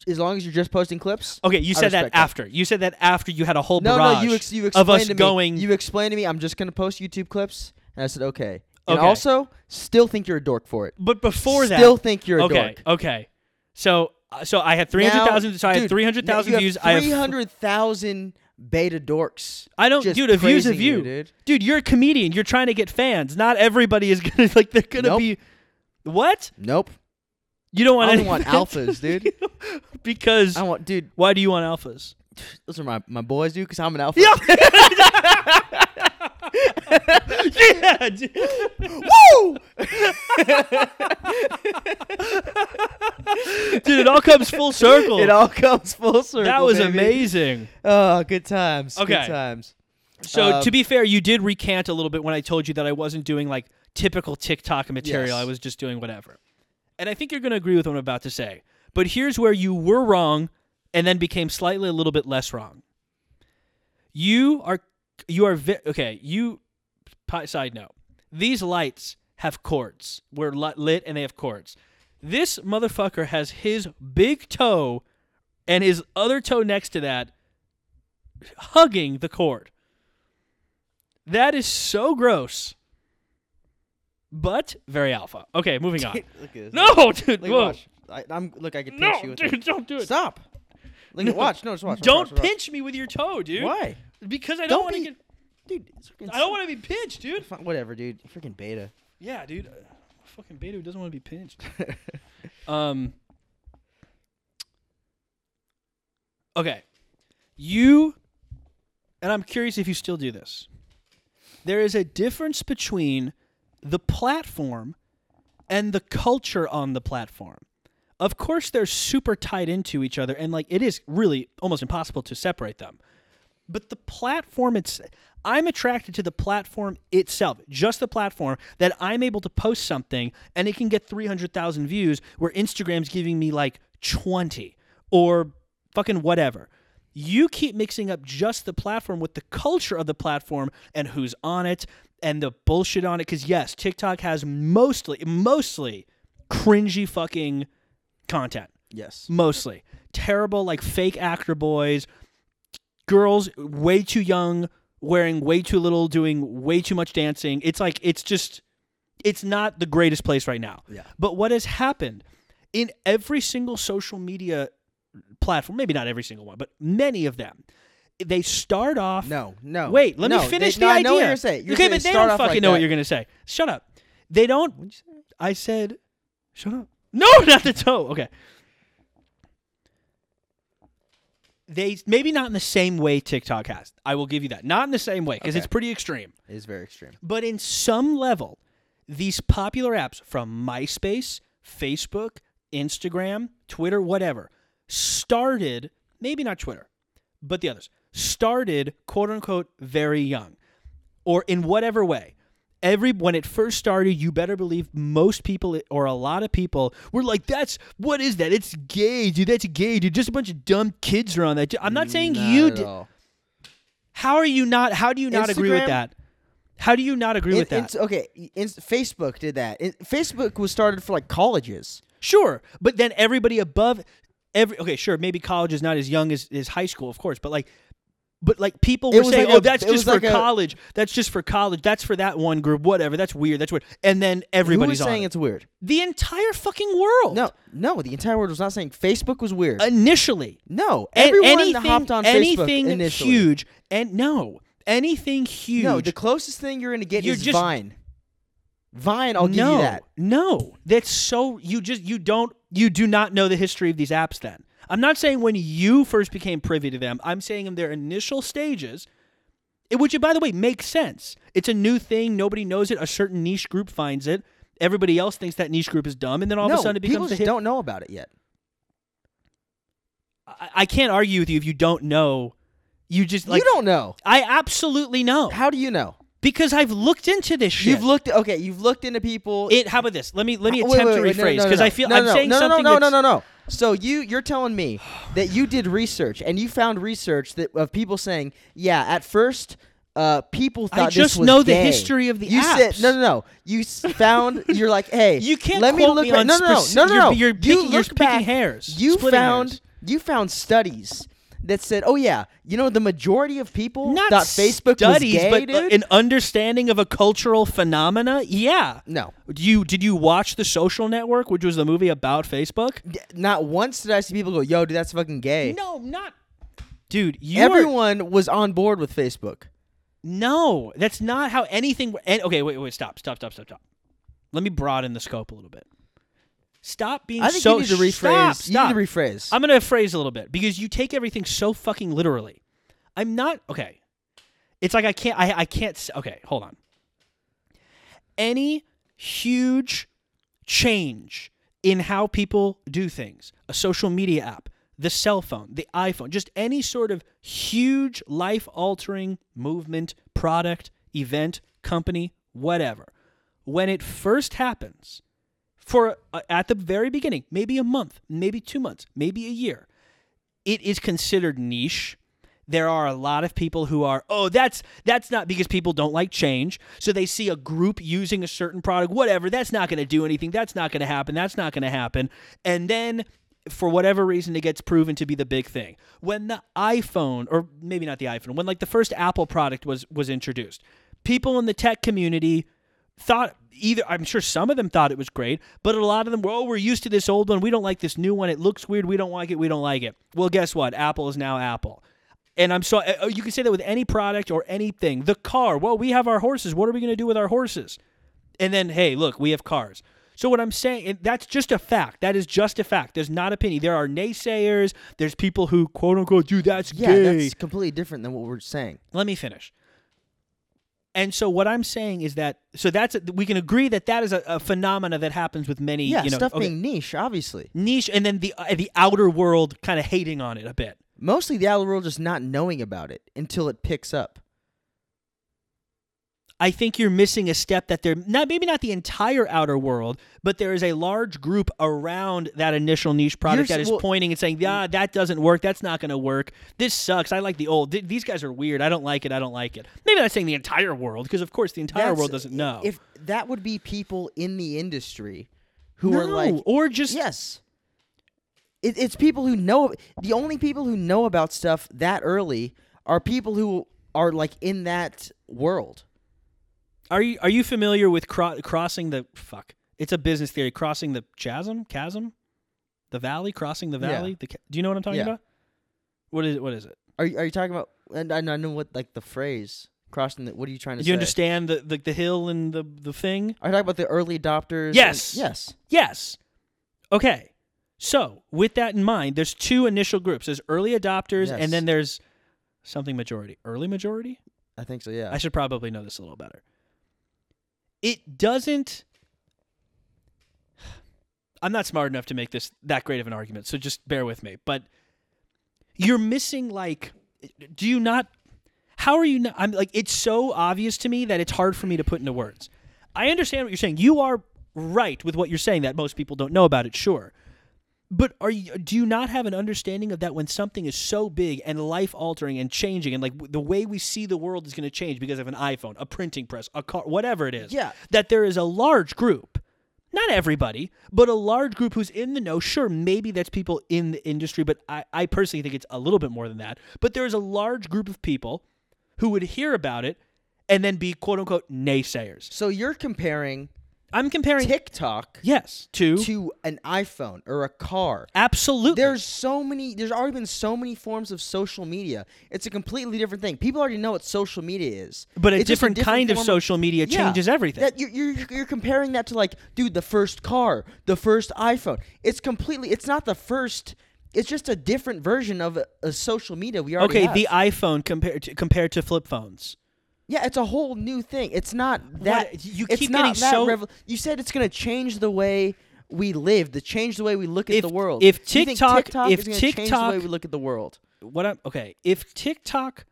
S2: As long as you're just posting clips.
S1: Okay, you
S2: I
S1: said that
S2: respect that.
S1: after. You said that after you had a whole
S2: No,
S1: barrage
S2: no, you ex- you explained
S1: of us
S2: to me,
S1: going.
S2: You explained to me I'm just gonna post YouTube clips, and I said okay. And
S1: Okay.
S2: also, still think you're a dork for it.
S1: but before that,
S2: still think you're a
S1: okay,
S2: dork.
S1: okay. So, uh, so I had three hundred thousand. So I had three hundred thousand views. I
S2: Three
S1: have.
S2: hundred thousand beta dorks.
S1: I don't,
S2: just
S1: dude. A view's a
S2: praising you,
S1: view,
S2: dude.
S1: you're a comedian. You're trying to get fans. Not everybody is gonna like. They're gonna
S2: Nope.
S1: be. What?
S2: Nope.
S1: You don't want
S2: I
S1: any
S2: don't want alphas, dude.
S1: because
S2: I want, dude.
S1: why do you want alphas?
S2: Those are my, my boys, dude. Because I'm an alpha.
S1: yeah, dude.
S2: Woo!
S1: Dude, It all comes full circle.
S2: It all comes full circle.
S1: that was
S2: baby.
S1: amazing.
S2: Oh, good times.
S1: Okay.
S2: Good times.
S1: So
S2: Um,
S1: to be fair, you did recant a little bit when I told you that I wasn't doing like typical TikTok material.
S2: Yes.
S1: I was just doing whatever. And I think you're going to agree with what I'm about to say. But here's where you were wrong and then became slightly a little bit less wrong. You are you are ve- okay, you pi- side note. These lights have cords. We're li- lit and they have cords. This motherfucker has his big toe and his other toe next to that hugging the cord. That is so gross. But very alpha. Okay, moving on.
S2: Look at this.
S1: no, dude.
S2: Look,
S1: whoa.
S2: watch. I, I'm look. I can pinch
S1: No,
S2: you with
S1: dude, don't do
S2: it.
S1: it.
S2: Stop. Look,
S1: No.
S2: watch. No, just watch. watch,
S1: Don't
S2: watch, watch.
S1: pinch me with your toe, dude.
S2: Why,
S1: Because I
S2: Don't
S1: don't, want to
S2: be-
S1: get.
S2: dude? It's freaking
S1: I don't want to be pinched, dude.
S2: to. Whatever, dude. Freaking beta.
S1: Yeah, dude. Uh, Fucking beta who doesn't want to be pinched. um. Okay, you, and I'm curious if you still do this. There is a difference between the platform and the culture on the platform. Of course, they're super tied into each other, and like it is really almost impossible to separate them. But the platform it's I'm attracted to the platform itself, just the platform that I'm able to post something and it can get 300,000 views where Instagram's giving me like 20 or fucking whatever. You keep mixing up just the platform with the culture of the platform and who's on it and the bullshit on it cuz yes, TikTok has mostly mostly cringy fucking content
S2: Yes.
S1: mostly terrible like fake actor boys girls way too young wearing way too little doing way too much dancing it's like it's just it's not the greatest place right now
S2: Yeah.
S1: but what has happened in every single social media platform maybe not every single one but many of them they start off
S2: No. No.
S1: wait let
S2: no,
S1: me finish
S2: they,
S1: the
S2: no,
S1: idea
S2: I know what you're gonna say. You're
S1: okay
S2: saying
S1: but
S2: they
S1: they don't
S2: start off
S1: fucking
S2: like
S1: know
S2: that.
S1: what you're gonna say shut up they don't
S2: What'd you say?
S1: I said, shut up. No, not the toe. Okay. They maybe not in the same way TikTok has. I will give you that. Not in the same way because
S2: Okay.
S1: it's pretty extreme.
S2: It is very extreme.
S1: But in some level, these popular apps from MySpace, Facebook, Instagram, Twitter, whatever, started maybe not Twitter, but the others started quote unquote very young or in whatever way. Every when it first started, you better believe most people or a lot of people were like, "That's what is that? It's gay, dude. That's gay, dude. Just a bunch of dumb kids are on that." I'm not saying
S2: Not
S1: you.
S2: at
S1: Di-
S2: all.
S1: how are you not? How do you not agree
S2: Instagram-
S1: with that? How do you not agree with
S2: In-
S1: that?
S2: ins- okay, in, Facebook did that. In- Facebook was started for like colleges.
S1: Sure, but then everybody above every okay, sure, maybe college is not as young as, as high school, of course, but like but like people
S2: It
S1: were
S2: was
S1: saying,
S2: like
S1: "Oh,
S2: a-
S1: that's
S2: it was
S1: just for
S2: like a-
S1: college. That's just for college. That's for that one group. Whatever. That's weird. That's weird." And then everybody's
S2: Who was saying
S1: on it.
S2: it's weird?
S1: the entire fucking world.
S2: No, no, the entire world was not saying Facebook was weird.
S1: initially,
S2: no,
S1: A-
S2: everyone
S1: anything,
S2: hopped on
S1: anything
S2: Facebook initially.
S1: huge, and no, anything huge.
S2: No, the closest thing you're gonna get
S1: You're
S2: is
S1: just-
S2: Vine. Vine, I'll give
S1: no,
S2: you that.
S1: No, that's so you just you don't you do not know the history of these apps. Then I'm not saying when you first became privy to them. I'm saying in their initial stages, it, which by the way makes sense. It's a new thing. Nobody knows it. A certain niche group finds it. Everybody else thinks that niche group is dumb, and then all
S2: no,
S1: of a sudden it
S2: people
S1: becomes the
S2: just
S1: hit.
S2: don't know about it yet.
S1: I, I can't argue with you if you don't know. You just like
S2: you don't know.
S1: I absolutely know
S2: How do you know?
S1: because I've looked into this shit.
S2: You've looked okay. You've looked into people.
S1: it, how about this? Let me let me
S2: Uh, wait,
S1: attempt
S2: wait, wait,
S1: to
S2: no,
S1: rephrase
S2: no, no,
S1: because
S2: no.
S1: I feel
S2: no,
S1: I'm
S2: no,
S1: saying
S2: no,
S1: something.
S2: No, no,
S1: that's-
S2: no, no, no. So you you're telling me that you did research and you found research that of people saying, yeah, at first. Uh, people thought
S1: I
S2: this
S1: just
S2: was
S1: know the
S2: gay."
S1: history of the
S2: you
S1: apps.
S2: Said, no, no, no. You s- found. You're like, hey,
S1: You can't
S2: Let me
S1: quote
S2: look.
S1: me
S2: back-
S1: on
S2: no, no,
S1: speci-
S2: no, no, no.
S1: you're- you're
S2: you
S1: picking- you're
S2: look
S1: picking
S2: back,
S1: hairs,
S2: You
S1: splitting
S2: found.
S1: hairs.
S2: You found studies that said, oh yeah, you know, the majority of people
S1: not
S2: thought Facebook
S1: studies,
S2: was gay,
S1: but uh,
S2: dude.
S1: an understanding of a cultural phenomena. Yeah.
S2: no,
S1: Do you did you watch The Social Network, which was the movie about Facebook?
S2: D- not once did I see people go, yo, dude, that's fucking gay.
S1: No, not. Dude, you are
S2: Everyone was on board with Facebook.
S1: no. That's not how anything. And okay, wait, wait, stop, stop, stop, stop, stop. Let me broaden the scope a little bit. Stop being
S2: I think
S1: so.
S2: you need to rephrase.
S1: Stop, stop.
S2: You need to rephrase.
S1: I'm going to phrase a little bit because you take everything so fucking literally. I'm not okay. It's like I can't I I can't s- okay, hold on. Any huge change in how people do things, a social media app, the cell phone, the iPhone, just any sort of huge life altering movement, product, event, company, whatever. When it first happens, for uh, at the very beginning, maybe a month, maybe two months, maybe a year. It is considered niche. There are a lot of people who are, oh, that's that's not because people don't like change. So they see a group using a certain product, whatever. That's not going to do anything. That's not going to happen. That's not going to happen. And then for whatever reason it gets proven to be the big thing. When the iPhone or maybe not the iPhone, when like the first Apple product was was introduced, people in the tech community thought either I'm sure some of them thought it was great, but a lot of them were, oh, we're used to this old one. We don't like this new one. It looks weird. We don't like it. We don't like it. Well, guess what? Apple is now Apple. And I'm so uh, you can say that with any product or anything. The car. Well, we have our horses. What are we going to do with our horses? And then, hey, look, we have cars. So what I'm saying, and that's just a fact. That is just a fact. There's not opinion. There are naysayers. There's people who quote unquote, dude, that's
S2: yeah,
S1: gay
S2: that's completely different than what we're saying.
S1: let me finish. And so what I'm saying is that so that's we can agree that that is a, a phenomena that happens with many
S2: Yeah,
S1: you know
S2: stuff
S1: okay,
S2: being niche, obviously.
S1: niche and then the uh, the outer world kind of hating on it a bit.
S2: Mostly the outer world just not knowing about it until it picks up.
S1: I think you're missing a step that there not maybe not the entire outer world, but there is a large group around that initial niche product
S2: You're
S1: that
S2: s-
S1: is
S2: well-
S1: pointing and saying, "Yeah,
S2: Mm.
S1: that doesn't work. That's not going to work. This sucks. I like the old. Th- these guys are weird. I don't like it. I don't like it." Maybe not saying the entire world because of course the entire
S2: That's-
S1: world doesn't know.
S2: If that would be people in the industry who are
S1: No,
S2: like,
S1: or just
S2: yes. It, it's people who know. The only people who know about stuff that early are people who are like in that world.
S1: Are you are you familiar with cro- crossing the fuck? It's a business theory. Crossing the chasm, chasm, the valley, crossing the
S2: Yeah.
S1: valley. The ca- do you know what I'm talking
S2: Yeah.
S1: about? What is it? What is it?
S2: Are you, are you talking about? And I, I know what like the phrase crossing. The, what are you trying to
S1: Do
S2: say?
S1: you understand the, the the hill and the the thing?
S2: Are you talking about the early adopters? and-
S1: Yes.
S2: yes.
S1: Yes. Okay. So with that in mind, there's two initial groups. There's early adopters,
S2: Yes.
S1: and then there's something majority. Early majority.
S2: I think so. Yeah.
S1: I should probably know this a little better. It doesn't. I'm not smart enough to make this that great of an argument, so just bear with me. But you're missing like do you not how are you not i'm like it's so obvious to me that it's hard for me to put into words i understand what you're saying you are right with what you're saying that most people don't know about it sure but are you do you not have an understanding of that when something is so big and life altering and changing and like w- the way we see the world is going to change because of an iphone a printing press a car whatever it is
S2: Yeah.
S1: that there is a large group not everybody, but a large group who's in the know. Sure, maybe that's people in the industry, but I, I personally think it's a little bit more than that. But there is a large group of people who would hear about it and then be quote unquote naysayers.
S2: So you're comparing
S1: I'm comparing
S2: TikTok
S1: yes to,
S2: to an iPhone or a car.
S1: absolutely.
S2: There's so many. There's already been so many forms of social media. It's a completely different thing. People already know what social media is.
S1: but a
S2: It's just
S1: different, kind of
S2: form
S1: social media
S2: Yeah.
S1: changes everything.
S2: That you're, you're you're comparing that to like, dude, the first car, the first iPhone. It's completely. It's not the first. It's just a different version of a, a social media we already
S1: okay,
S2: have.
S1: the iPhone compared to, compared to flip phones.
S2: yeah, it's a whole new thing. It's not that.
S1: you
S2: it's
S1: keep
S2: not
S1: getting
S2: that
S1: so-
S2: revel- You said it's gonna change the way. We live to change the way we look at
S1: If-
S2: the world.
S1: if
S2: You think
S1: TikTok-
S2: TikTok
S1: if
S2: is gonna change the way
S1: TikTok-
S2: we look at the world,
S1: What I'm okay, if TikTok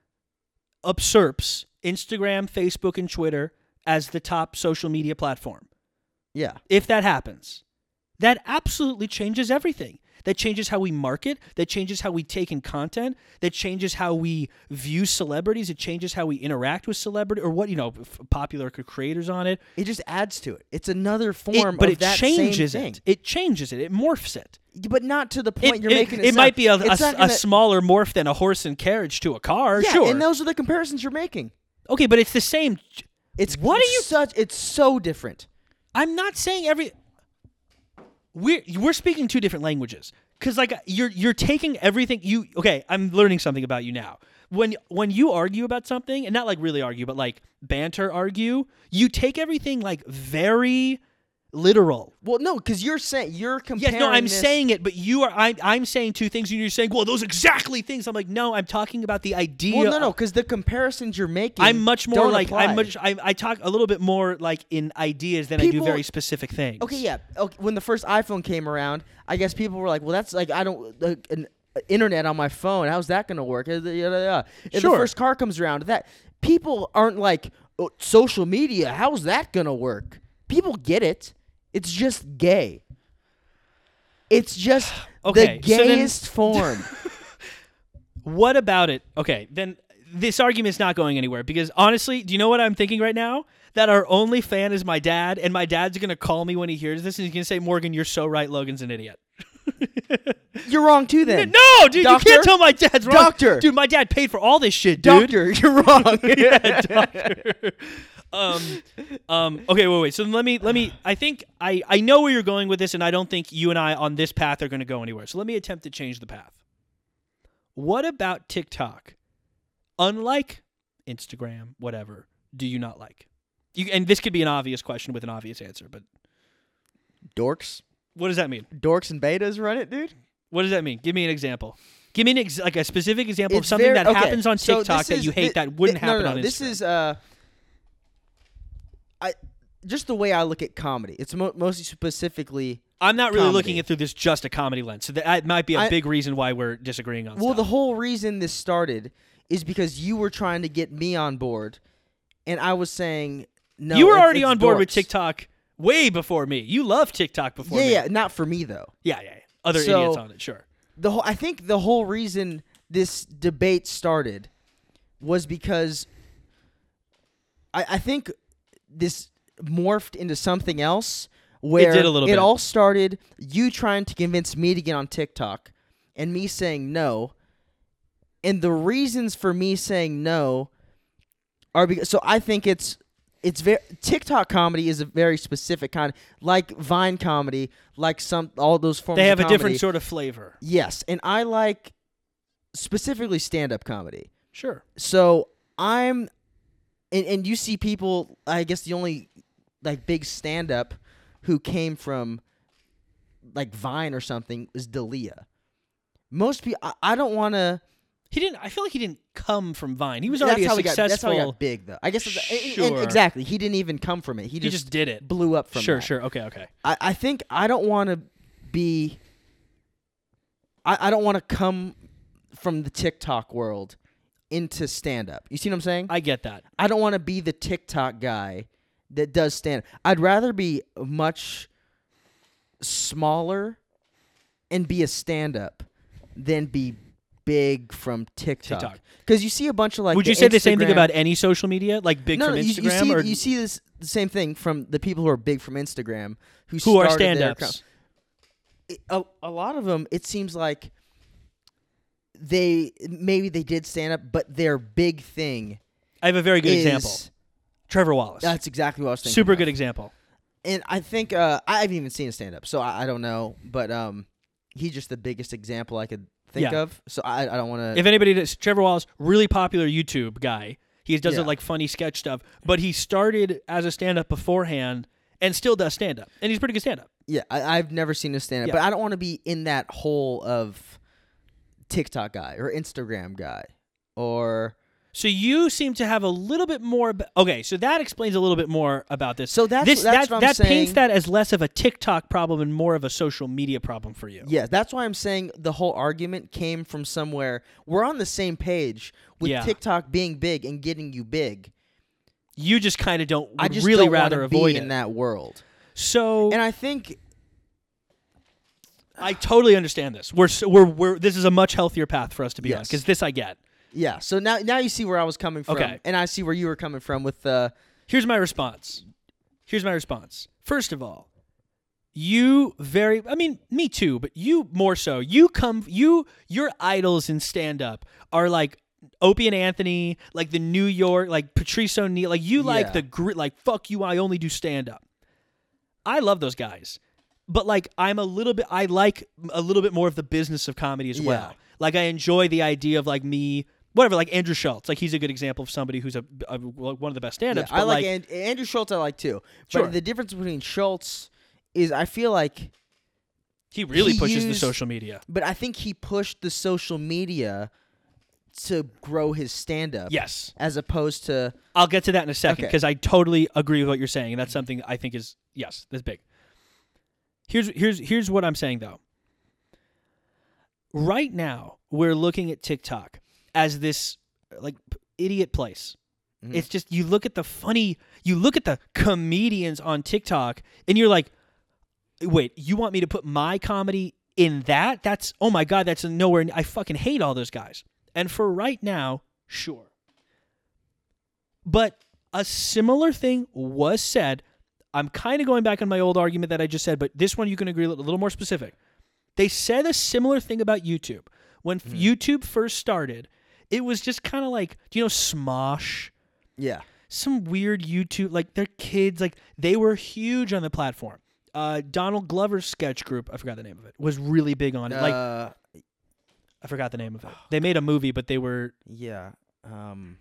S1: usurps Instagram, Facebook, and Twitter as the top social media platform.
S2: yeah.
S1: if that happens, that absolutely changes everything. That changes how we market, that changes how we take in content, that changes how we view celebrities, it changes how we interact with celebrity or what, you know, f- popular c- creators on it.
S2: It just adds to it. It's another
S1: It-
S2: form
S1: but
S2: of
S1: it
S2: that
S1: changes
S2: same
S1: it. It changes it. It morphs it.
S2: thing. But not to the point
S1: It,
S2: you're
S1: it-
S2: making. It,
S1: it might
S2: sound.
S1: be a, a
S2: It's
S1: s-
S2: not
S1: a
S2: gonna-
S1: smaller morph than a horse and carriage to a car,
S2: Yeah,
S1: sure.
S2: and those are the comparisons you're making.
S1: okay, but it's the same.
S2: It's
S1: What are you-
S2: Such. It's so different.
S1: I'm not saying every. We're we're speaking two different languages because like you're you're taking everything you okay. I'm learning something about you now. When when you argue about something and not like really argue, but like banter argue, you take everything like very literal.
S2: Well, no, because you're saying you're
S1: Yes,
S2: comparing.
S1: no, I'm
S2: this-
S1: saying it, but you are. I'm I'm saying two things, and you're saying, well, those exactly things. I'm like, no, I'm talking about the idea.
S2: Well, no, no, because the comparisons you're making.
S1: I'm much more
S2: don't
S1: like
S2: apply.
S1: I'm much I, I talk a little bit more like in ideas than I do
S2: People-
S1: very specific things.
S2: Okay, yeah. Okay, when the first iPhone came around, I guess people were like, "Well, that's like I don't uh, an uh, internet on my phone. How's that going to work?" Uh, yada, yada, yada. If
S1: Sure.
S2: the first car comes around, that people aren't like oh, social media. How's that going to work? People get it. It's just gay. It's just
S1: Okay,
S2: the
S1: so then-
S2: gayest form.
S1: What about it? Okay, then this argument's not going anywhere because honestly, do you know what I'm thinking right now? That our only fan is my dad, and my dad's gonna call me when he hears this, and he's gonna say, "Morgan, you're so right. Logan's an idiot."
S2: You're wrong too. Then
S1: No, dude, you
S2: Doctor?
S1: can't tell my dad's wrong.
S2: Doctor?
S1: dude, my dad paid for all this shit, dude.
S2: doctor, you're wrong.
S1: yeah, doctor. um, um, okay, wait, wait. So let me, let me. I think I, I know where you're going with this, and I don't think you and I on this path are going to go anywhere. So let me attempt to change the path. What about TikTok? Unlike Instagram, whatever, do you not like? You, and this could be an obvious question with an obvious answer, but
S2: dorks,
S1: what does that mean?
S2: dorks, and betas run it, dude.
S1: What does that mean? Give me an example. Give me an ex- like a specific example of
S2: It's
S1: something
S2: very-
S1: that
S2: okay,
S1: happens on
S2: so
S1: TikTok
S2: this
S1: that
S2: is-
S1: you hate
S2: thi-
S1: that wouldn't
S2: thi- no,
S1: happen
S2: no, no,
S1: on Instagram.
S2: This is uh, I just the way I look at comedy. It's mo- mostly specifically.
S1: I'm not really
S2: comedy.
S1: looking at through this just a comedy lens, so that, that might be a
S2: I-
S1: big reason why we're disagreeing on.
S2: Well, the
S1: stuff.
S2: whole reason this started is because you were trying to get me on board, and I was saying no.
S1: you were
S2: it's-
S1: already
S2: it's
S1: on board with
S2: dorks.
S1: TikTok way before me. You love TikTok before
S2: Yeah,
S1: me.
S2: yeah, not for me though.
S1: yeah, yeah, yeah. Other
S2: So-
S1: idiots on it, sure.
S2: the whole I think the whole reason this debate started was because I, I think this morphed into something else where
S1: did a little bit.
S2: all started you trying to convince me to get on TikTok and me saying no. And the reasons for me saying no are because so I think it's it's very TikTok comedy is a very specific kind, like Vine comedy, like some all those forms.
S1: They have
S2: of
S1: a different
S2: comedy.
S1: sort of flavor.
S2: Yes, and I like specifically stand-up comedy.
S1: Sure.
S2: So I'm, and and you see people. I guess the only like big stand-up who came from like Vine or something is Dalia. Most people, I, I don't want to.
S1: He didn't. I feel like he didn't come from Vine. He was
S2: That's
S1: already
S2: how
S1: a
S2: he got. That's how
S1: successful.
S2: he got big, though. I guess that's- and- and
S1: Sure.
S2: exactly. He didn't even come from it. He just,
S1: he just did it.
S2: blew up from
S1: Sure,
S2: that.
S1: sure. Okay, okay.
S2: I, I think I don't want to be. I, I don't want to come from the TikTok world into stand up. You see what I'm saying?
S1: I get that.
S2: I don't want to be the TikTok guy that does stand. I'd rather be much smaller and be a stand up than be big from TikTok.
S1: TikTok.
S2: Because you see a bunch of like.
S1: Would you say the same thing
S2: Instagram-
S1: about any social media, like big
S2: no,
S1: from
S2: no, you,
S1: Instagram
S2: you see,
S1: or
S2: you see this the same thing from the people who are big from Instagram who
S1: who are
S2: started their
S1: stand-ups?
S2: it- a, a lot of them it seems like they maybe they did stand up but their big thing
S1: I have a very good
S2: is
S1: example. Trevor Wallace.
S2: that's exactly what i was thinking
S1: Super
S2: of.
S1: good example.
S2: and i think uh i haven't even seen a stand up so I, I don't know but um he's just the biggest example i could think
S1: Yeah.
S2: of so i, I don't want to
S1: If anybody does, Trevor Wallace, really popular YouTube guy. He does
S2: Yeah.
S1: not like funny sketch stuff, but he started as a stand up beforehand and still does stand up. And he's pretty good stand up.
S2: yeah I, i've never seen a stand up
S1: Yeah.
S2: but i don't want to be in that hole of tiktok guy or instagram guy or
S1: So you seem to have a little bit more. ab- Okay, so that explains a little bit more about this.
S2: So that's-
S1: this,
S2: that's
S1: that,
S2: what I'm
S1: that paints that
S2: saying.
S1: as less of a TikTok problem and more of a social media problem for you.
S2: Yeah, that's why I'm saying the whole argument came from somewhere. We're on the same page with
S1: Yeah.
S2: TikTok being big and getting you big.
S1: You just kind of don't.
S2: I
S1: would
S2: just
S1: really
S2: don't wanna
S1: rather avoid
S2: be
S1: it.
S2: in that world.
S1: So
S2: And I think
S1: I totally understand this. We're s- we're we're this is a much healthier path for us to be on
S2: Yes.
S1: because this I get.
S2: yeah. So now now you see where I was coming from,
S1: Okay.
S2: and I see where you were coming from with uh, the
S1: Here's my response. Here's my response. First of all, you very I mean me too, but you more so. You come you your idols in stand up are like Opie and Anthony, like the New York, like Patrice O'Neill, like you like
S2: Yeah.
S1: the grit, like fuck you, I only do stand up. I love those guys, but like I'm a little bit, I like a little bit more of the business of comedy as well.
S2: Yeah.
S1: Like I enjoy the idea of like me, whatever, like Andrew Schultz, like he's a good example of somebody who's a, a one of the best
S2: yeah,
S1: stand-ups.
S2: I
S1: but,
S2: like, and, Andrew Schultz. I like too.
S1: Sure.
S2: But the difference between Schultz is I feel like,
S1: He really
S2: He
S1: pushes the
S2: used-
S1: social media.
S2: but I think he pushed the social media to grow his stand up.
S1: Yes.
S2: As opposed to
S1: I'll get to that in a second
S2: Okay.
S1: because I totally agree with what you're saying, and that's something I think is yes, that's big. Here's here's here's what I'm saying though. Right now, we're looking at TikTok as this like p- idiot place.
S2: Mhm.
S1: It's just you look at the funny, you look at the comedians on TikTok, and you're like, wait, you want me to put my comedy in that? That's oh my god, that's nowhere. n- I fucking hate all those guys. And for right now, sure. But a similar thing was said. I'm kind of going back on my old argument that I just said, but this one you can agree a little- a little more specific. They said a similar thing about YouTube. When f- YouTube first started, it was just kind of like, do you know, Smosh?
S2: yeah.
S1: some weird YouTube like their kids like they were huge on the platform. Uh, Donald Glover's sketch group, I forgot the name of it, was really big on it. Like
S2: uh,
S1: I forgot the name of it. They made a movie, but they were
S2: Yeah. Um.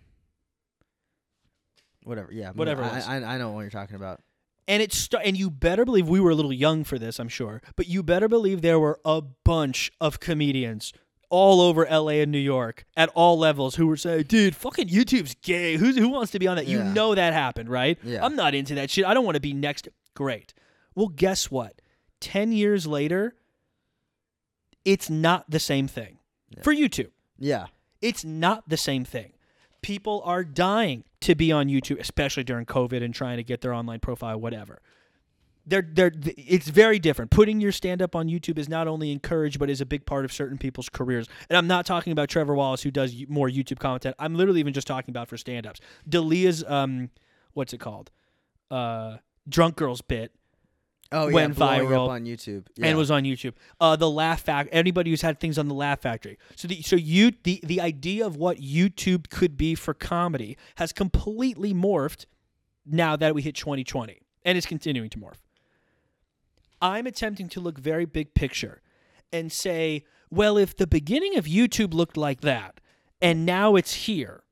S2: Whatever. Yeah. mo-
S1: Whatever it
S2: I,
S1: was.
S2: I I know what you're talking about.
S1: and it's st- and you better believe we were a little young for this, I'm sure, but you better believe there were a bunch of comedians all over LA and New York at all levels who were saying, "Dude, fucking YouTube's gay. Who's who wants to be on that?"
S2: Yeah.
S1: You know that happened, right?
S2: Yeah.
S1: I'm not into that shit. I don't want to be next. Great. Well, guess what? 10 years later, it's not the same thing. For YouTube,
S2: Yeah.
S1: it's not the same thing. People are dying to be on YouTube, especially during COVID and trying to get their online profile, whatever. They're, they're, th- it's very different. Putting your stand up on YouTube is not only encouraged, but is a big part of certain people's careers. And I'm not talking about Trevor Wallace, who does y- more YouTube content. I'm literally even just talking about for stand ups. Dalia's, um, what's it called? Uh, Drunk Girls bit
S2: Oh yeah.
S1: Went
S2: blowing
S1: viral
S2: up on YouTube. Yeah.
S1: and was on YouTube. Uh, the Laugh Factory. Anybody who's had things on the Laugh Factory. So the so you the the idea of what YouTube could be for comedy has completely morphed now that we hit 2020, and it's continuing to morph. I'm attempting to look very big picture and say, well, if the beginning of YouTube looked like that, and now it's here.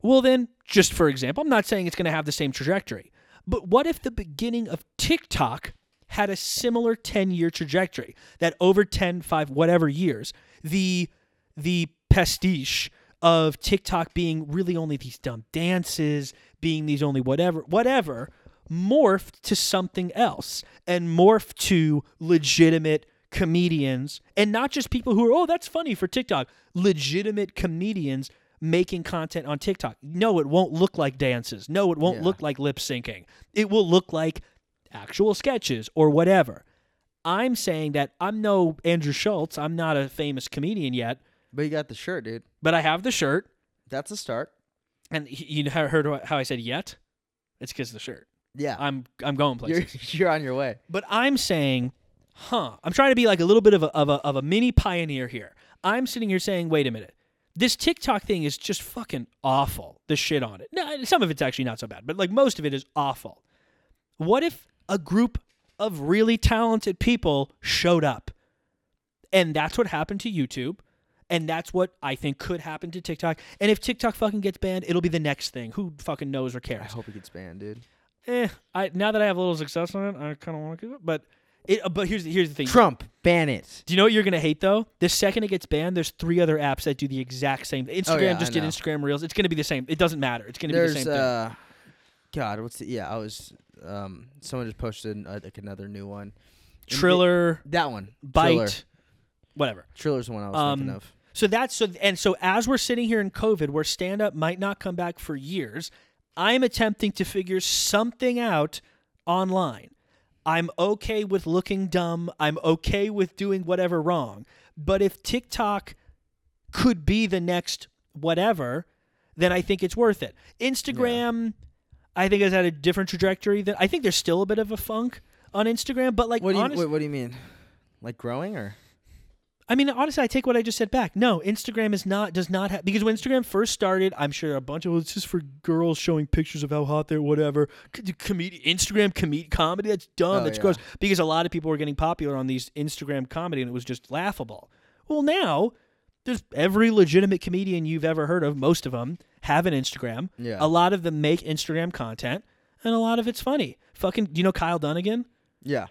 S1: Well, then, just for example, I'm not saying it's going to have the same trajectory, but what if the beginning of TikTok had a similar 10 year trajectory that over 10, 5, whatever years, the the pastiche of TikTok being really only these dumb dances, being these only whatever, whatever, morphed to something else and morphed to legitimate comedians and not just people who are, oh, that's funny for TikTok, legitimate comedians making content on TikTok. No, it won't look like dances. No, it won't
S2: Yeah.
S1: look like lip syncing. It will look like actual sketches or whatever. I'm saying that I'm no Andrew Schultz. I'm not a famous comedian yet,
S2: But you got the shirt, dude.
S1: but I have the shirt.
S2: That's a start.
S1: And y- you know- heard wh- how I said yet? It's because of the shirt.
S2: Yeah.
S1: I'm I'm going places.
S2: You're, you're on your way.
S1: But I'm saying, huh, I'm trying to be like a little bit of a, of a, of a mini pioneer here. I'm sitting here saying, wait a minute. This TikTok thing is just fucking awful. The shit on it. No, some of it's actually not so bad, but like most of it is awful. What if a group of really talented people showed up? And that's what happened to YouTube. And that's what I think could happen to TikTok. And if TikTok fucking gets banned, it'll be the next thing. Who fucking knows or
S2: I
S1: cares?
S2: hope it gets banned, dude.
S1: eh, I now that I have a little success on it, I kind of want to give it. But it, uh, but here's the, here's the thing.
S2: Trump, ban it.
S1: Do you know what you're gonna hate though? The second it gets banned, there's three other apps that do the exact same. Instagram
S2: Oh, yeah,
S1: just
S2: I
S1: did
S2: know.
S1: Instagram Reels. It's gonna be the same. It doesn't matter. It's gonna
S2: There's
S1: be the same thing.
S2: uh, God, what's the? Yeah, I was. Um, someone just posted uh, like another new one.
S1: Triller,
S2: That one,
S1: Bite,
S2: Triller.
S1: whatever.
S2: Triller's the one I was thinking
S1: Um,
S2: of.
S1: So that's so and so as we're sitting here in COVID, where stand up might not come back for years, I'm attempting to figure something out online. I'm okay with looking dumb. I'm okay with doing whatever wrong. But if TikTok could be the next whatever, then I think it's worth it. Instagram, I think has had a different trajectory. That I think there's still a bit of a funk on Instagram, but like
S2: What do you
S1: honest-
S2: what, what do you mean? Like growing or?
S1: I mean, honestly, I take what I just said back. No, Instagram is not does not have because when Instagram first started, I'm sure a bunch of well, it's just for girls showing pictures of how hot they're, whatever. C- the Comedi- Instagram comedi- comedy, that's dumb,
S2: Oh,
S1: that's
S2: yeah.
S1: gross. Because a lot of people were getting popular on these Instagram comedy, and it was just laughable. Well, now there's every legitimate comedian you've ever heard of. Most of them have an Instagram.
S2: Yeah.
S1: A lot of them make Instagram content, and a lot of it's funny. Fucking, do you know Kyle Dunnigan?
S2: Yeah.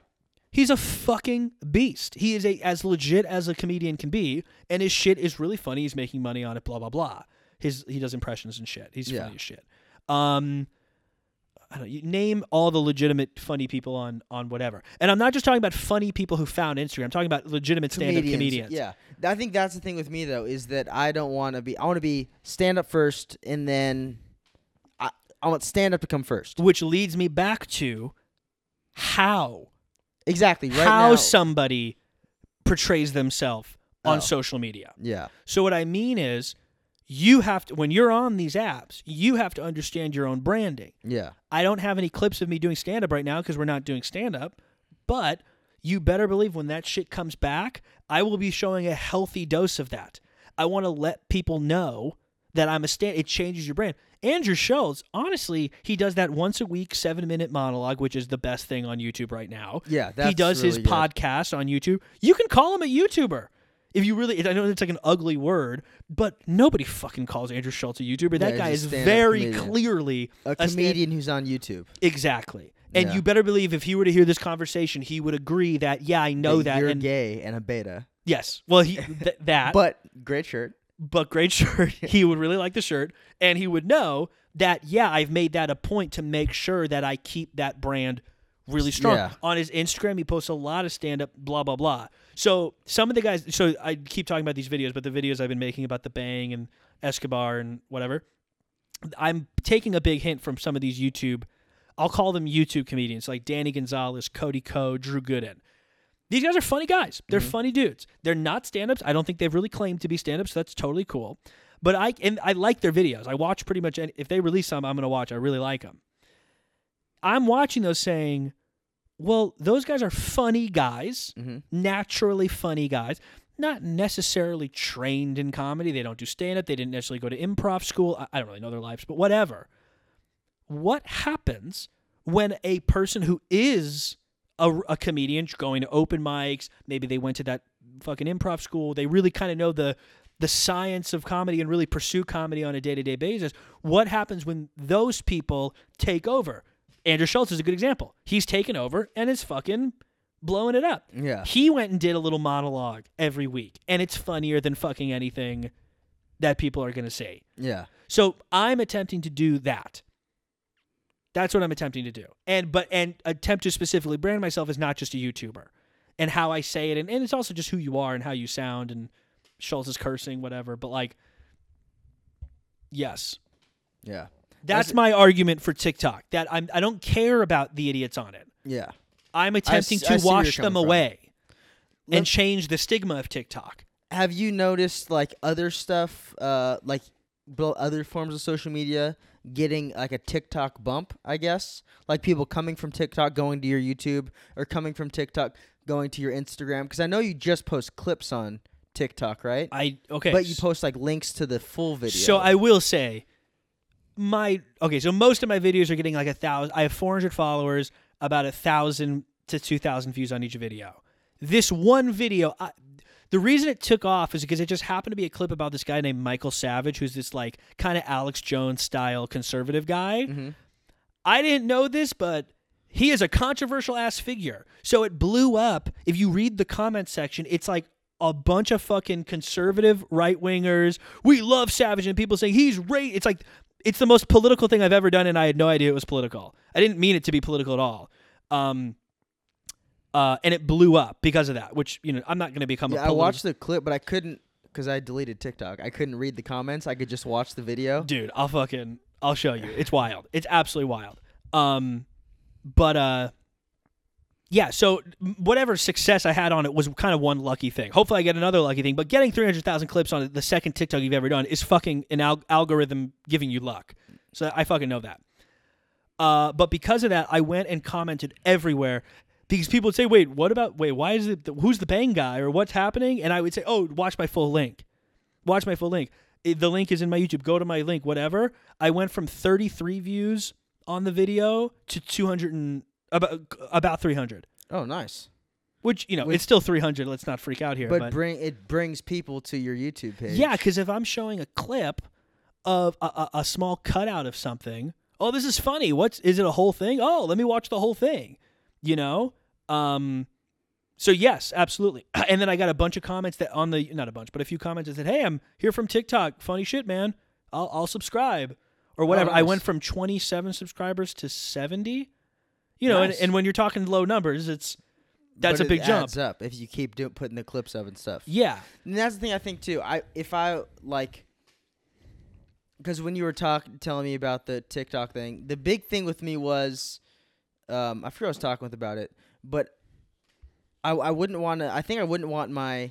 S1: He's a fucking beast. He is a as legit as a comedian can be, and his shit is really funny. He's making money on it. Blah blah blah. His he does impressions and shit. He's
S2: Yeah.
S1: funny as shit. Um, I don't you name all the legitimate funny people on on whatever. And I'm not just talking about funny people who found Instagram. I'm talking about legitimate stand up comedians.
S2: Yeah, Th- I think that's the thing with me though is that I don't want to be. I want to be stand up first, and then I I want stand up to come first.
S1: Which leads me back to how
S2: Exactly. Right
S1: how
S2: now.
S1: somebody portrays themselves on
S2: Oh.
S1: social media.
S2: yeah.
S1: So what I mean is you have to when you're on these apps, you have to understand your own branding.
S2: Yeah.
S1: I don't have any clips of me doing stand up right now because we're not doing stand up, but you better believe when that shit comes back, I will be showing a healthy dose of that. I want to let people know that I'm a stand it changes your brand. Andrew Schultz, honestly, he does that once a week 7-minute monologue, which is the best thing on YouTube right now
S2: Yeah.
S1: he
S2: that's
S1: does his
S2: really good.
S1: podcast on YouTube. You can call him a YouTuber if you really. I know it's like an ugly word, but nobody fucking calls Andrew Schultz a YouTuber. That
S2: he's
S1: guy
S2: a
S1: is
S2: stand-up
S1: very
S2: comedian.
S1: clearly
S2: A
S1: stand-
S2: comedian who's on YouTube.
S1: exactly. And
S2: Yeah.
S1: you better believe if he were to hear this conversation, he would agree that yeah, I know Oh, that.
S2: you're
S1: and
S2: gay and a beta,
S1: yes, well, he th- that
S2: but great shirt.
S1: but great shirt. he would really like the shirt, and he would know that yeah, I've made that a point to make sure that I keep that brand really strong.
S2: Yeah.
S1: On his Instagram, he posts a lot of stand up, blah blah blah. So some of the guys, so I keep talking about these videos, but the videos I've been making about the Bang and Escobar and whatever, I'm taking a big hint from some of these YouTube. I'll call them YouTube comedians like Danny Gonzalez, Cody Ko, Drew Gooden. These guys are funny guys. They're funny dudes. They're not stand-ups. I don't think they've really claimed to be stand-ups, so that's totally cool. But I and I like their videos. I watch pretty much any, if they release some, I'm going to watch. I really like them. I'm watching those saying, "Well, those guys are funny guys,
S2: Mhm.
S1: naturally funny guys, not necessarily trained in comedy. They don't do stand-up. They didn't necessarily go to improv school. I, I don't really know their lives, but whatever." What happens when a person who is a, a comedian going to open mics. Maybe they went to that fucking improv school. They really kind of know the the science of comedy and really pursue comedy on a day to day basis. What happens when those people take over? Andrew Schultz is a good example. He's taken over and is fucking blowing it up.
S2: Yeah.
S1: He went and did a little monologue every week, and it's funnier than fucking anything that people are going to say.
S2: Yeah.
S1: So I'm attempting to do that. That's what I'm attempting to do. And but and attempt to specifically brand myself as not just a YouTuber and how I say it and, and it's also just who you are and how you sound and Schultz is cursing, whatever. But like Yes.
S2: Yeah.
S1: That's
S2: That's-
S1: my argument for TikTok. That I'm I don't care about the idiots on it.
S2: Yeah.
S1: I'm attempting
S2: I see
S1: to
S2: where
S1: wash
S2: you're coming
S1: them
S2: from.
S1: away
S2: Let-
S1: and change the stigma of TikTok.
S2: Have you noticed like other stuff, uh, like bl- other forms of social media getting like a TikTok bump? I guess like people coming from TikTok going to your YouTube or coming from TikTok going to your Instagram because I know you just post clips on TikTok, right?
S1: I okay.
S2: But you post like links to the full video.
S1: So I will say, my okay. So most of my videos are getting like a thousand. I have 400 followers, about a thousand to 2,000 views on each video. This one video, I, the reason it took off is because it just happened to be a clip about this guy named Michael Savage, who's this like kind of Alex Jones style conservative guy.
S2: Mhm.
S1: I didn't know this, but he is a controversial ass figure. So it blew up. If you read the comment section, it's like a bunch of fucking conservative right wingers. We love Savage and people saying he's right. It's like it's the most political thing I've ever done, and I had no idea it was political. I didn't mean it to be political at all. Um, uh, and it blew up because of that. Which you know, I'm not going to become. a
S2: yeah, I
S1: politi-
S2: watched the clip, but I couldn't because I deleted TikTok. I couldn't read the comments. I could just watch the video.
S1: dude i'll fucking i'll show you it's wild it's absolutely wild um but uh yeah so m- whatever success i had on it was kind of one lucky thing hopefully i get another lucky thing but getting 300000 clips on the second tiktok you've ever done is fucking an al- algorithm giving you luck so i fucking know that uh, but because of that, I went and commented everywhere because people would say, "Wait, what about? Wait, why is it? who's the bang guy or what's happening?" And I would say, "Oh, watch my full link. Watch my full link. It- the link is in my YouTube. Go to my link. Whatever." I went from 33 views on the video to 200 and about about 300,
S2: Oh, nice.
S1: which you know
S2: Which-
S1: it's still 300. Let's not freak out here,
S2: But,
S1: but
S2: bring it brings people to your YouTube page.
S1: yeah, because if I'm showing a clip of a, a, a small cutout of something, oh, this is funny. What's is it a whole thing? Oh, let me watch the whole thing. You know, um, so yes, absolutely. And then I got a bunch of comments that on the not a bunch, but a few comments that said, "Hey, I'm here from TikTok. Funny shit, man. I'll I'll subscribe or whatever." I
S2: nice.
S1: went from 27 subscribers to 70. You know,
S2: Nice.
S1: and, and when you're talking low numbers, it's that's
S2: but
S1: a big
S2: it
S1: jump.
S2: Adds up if you keep doing putting the clips up and stuff.
S1: Yeah,
S2: And that's the thing I think too. I if I like because when you were talking telling me about the TikTok thing, the big thing with me was um I forgot what I was talking with about it, but I I wouldn't want to I think I wouldn't want my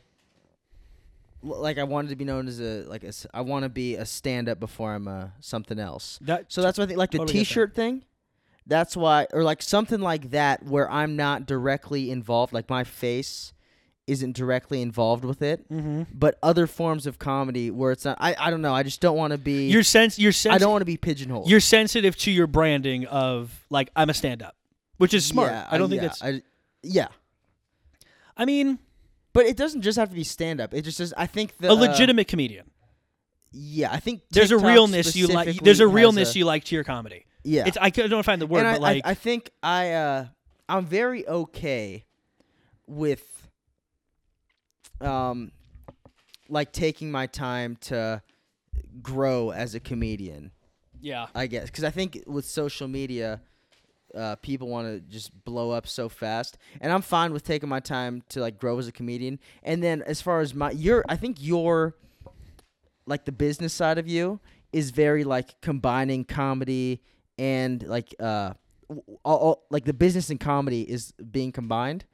S2: l- like I wanted to be known as a like a s- I want to be a stand up before I'm a something else.
S1: that
S2: So that's why I think like the
S1: Totally get that.
S2: T-shirt thing. That's why, or like something like that, where I'm not directly involved. Like my face isn't directly involved with it,
S1: Mhm.
S2: but other forms of comedy where it's not. I, I don't know. I just don't want to be.
S1: your sense, your sense.
S2: I don't want to be pigeonholed.
S1: you're sensitive to your branding of like I'm a stand up, which is smart.
S2: Yeah,
S1: I don't think
S2: yeah,
S1: that's. I,
S2: I, yeah,
S1: mean,
S2: but it doesn't just have to be stand up. It just is. I think the
S1: a
S2: uh,
S1: legitimate comedian.
S2: yeah, I think
S1: There's a
S2: TikTok
S1: realness you like.
S2: specifically
S1: There's a
S2: has
S1: realness
S2: a-
S1: you like to your comedy.
S2: Yeah,
S1: It's I c- I don't find the word,
S2: and I,
S1: but like
S2: I, I think I uh, I'm very okay with um like taking my time to grow as a comedian.
S1: yeah,
S2: I guess because I think with social media, uh, people want to just blow up so fast, and I'm fine with taking my time to like grow as a comedian. And then as far as my your, I think your like the business side of you is very like combining comedy and like uh w- w- all, all- like the business and comedy is being combined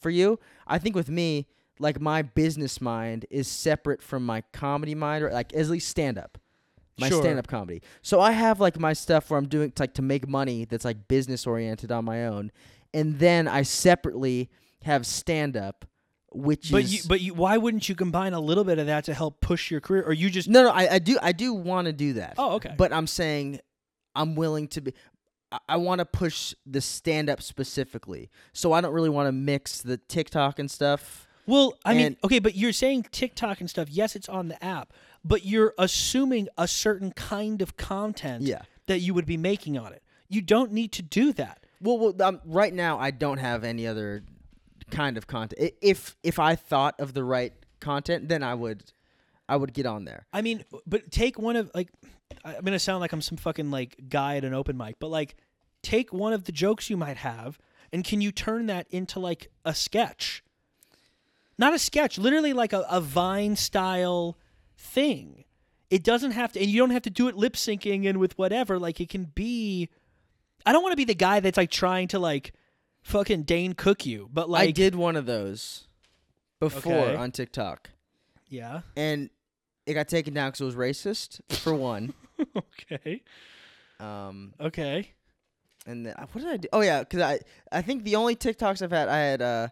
S2: for you. I think with me. Like my business mind is separate from my comedy mind, or like at least stand up my
S1: Sure.
S2: stand-up comedy. So I have like my stuff where I'm doing like to make money that's like business oriented on my own, and then I separately have stand-up, which
S1: but
S2: is
S1: you, but you, why wouldn't you combine a little bit of that to help push your career? Or you just
S2: no, no, I, I do I do want to do that.
S1: oh okay,
S2: But I'm saying I'm willing to be. I, I want to push the stand-up specifically, so I don't really want to mix the TikTok and stuff.
S1: Well, I mean,
S2: And-
S1: okay, but you're saying TikTok and stuff. Yes, it's on the app, but you're assuming a certain kind of content
S2: Yeah.
S1: that you would be making on it. You don't need to do that.
S2: Well, well um, right now I don't have any other kind of content. I- If if I thought of the right content, then I would I would get on there.
S1: I mean, but take one of like I- I'm gonna sound like I'm some fucking like guy at an open mic, but like take one of the jokes you might have and can you turn that into like a sketch? Not a sketch, literally like a, a vine style thing. It doesn't have to, and you don't have to do it lip syncing and with whatever. Like it can be. I don't want to be the guy that's like trying to like fucking Dane cook you, but like
S2: I did one of those before
S1: Okay.
S2: on TikTok,
S1: yeah,
S2: and it got taken down because it was racist for one.
S1: okay,
S2: Um,
S1: okay.
S2: and then, what did I do? Oh yeah, because I I think the only TikToks I've had I had uh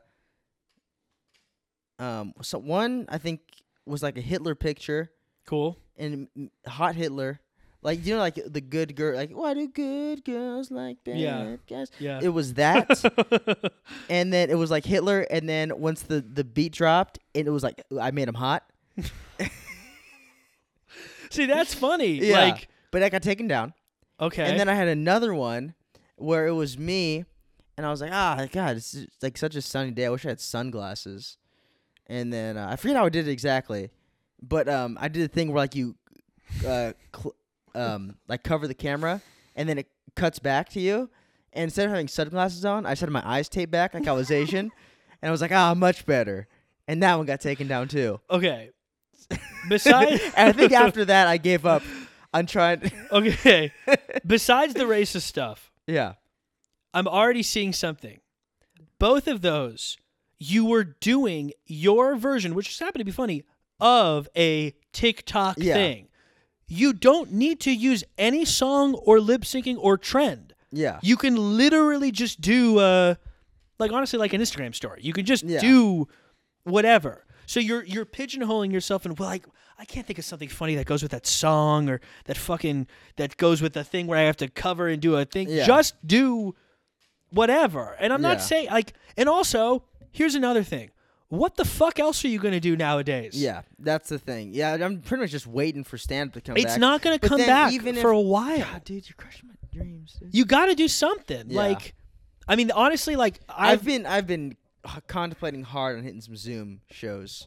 S2: um so one I think was like a Hitler picture
S1: Cool.
S2: and m- hot Hitler. Like you know, like the good girl, like why do good girls like bad
S1: Yeah.
S2: guys?
S1: Yeah.
S2: It was that, and then it was like Hitler, and then once the the beat dropped, and it was like I made him hot.
S1: See, that's funny.
S2: Yeah.
S1: Like,
S2: but that got taken down.
S1: okay.
S2: And then I had another one where it was me, and I was like, ah, God, it's just, like such a sunny day. I wish I had sunglasses. And then uh, I forget how I did it exactly, but um, I did a thing where like you, uh, cl- um, like cover the camera, and then it cuts back to you. And instead of having sunglasses on, I just had my eyes taped back like I was Asian, and I was like, ah, much better. And that one got taken down too.
S1: okay.
S2: and
S1: Besides,
S2: I think after that, I gave up on trying.
S1: okay. Besides the racist stuff,
S2: yeah.
S1: I'm already seeing something. Both of those, you were doing your version, which just happened to be funny, of a TikTok
S2: Yeah.
S1: thing. You don't need to use any song or lip syncing or trend.
S2: Yeah.
S1: You can literally just do, uh, like honestly, like an Instagram story. You can just
S2: Yeah.
S1: do whatever. So you're you're pigeonholing yourself and well, like I can't think of something funny that goes with that song or that fucking that goes with the thing where I have to cover and do a thing.
S2: Yeah.
S1: Just do whatever. And I'm not
S2: Yeah.
S1: saying like. And also, here's another thing. What the fuck else are you gonna do nowadays?
S2: Yeah, that's the thing. Yeah, I'm pretty much just waiting for stand up to come back.
S1: It's not gonna
S2: But
S1: come
S2: then
S1: back
S2: even
S1: for
S2: if,
S1: a while.
S2: God, dude, you're crushing my dreams. Dude.
S1: You got to do something.
S2: Yeah.
S1: Like, I mean, honestly, like
S2: I've
S1: I've
S2: been I've been h- contemplating hard on hitting some Zoom shows.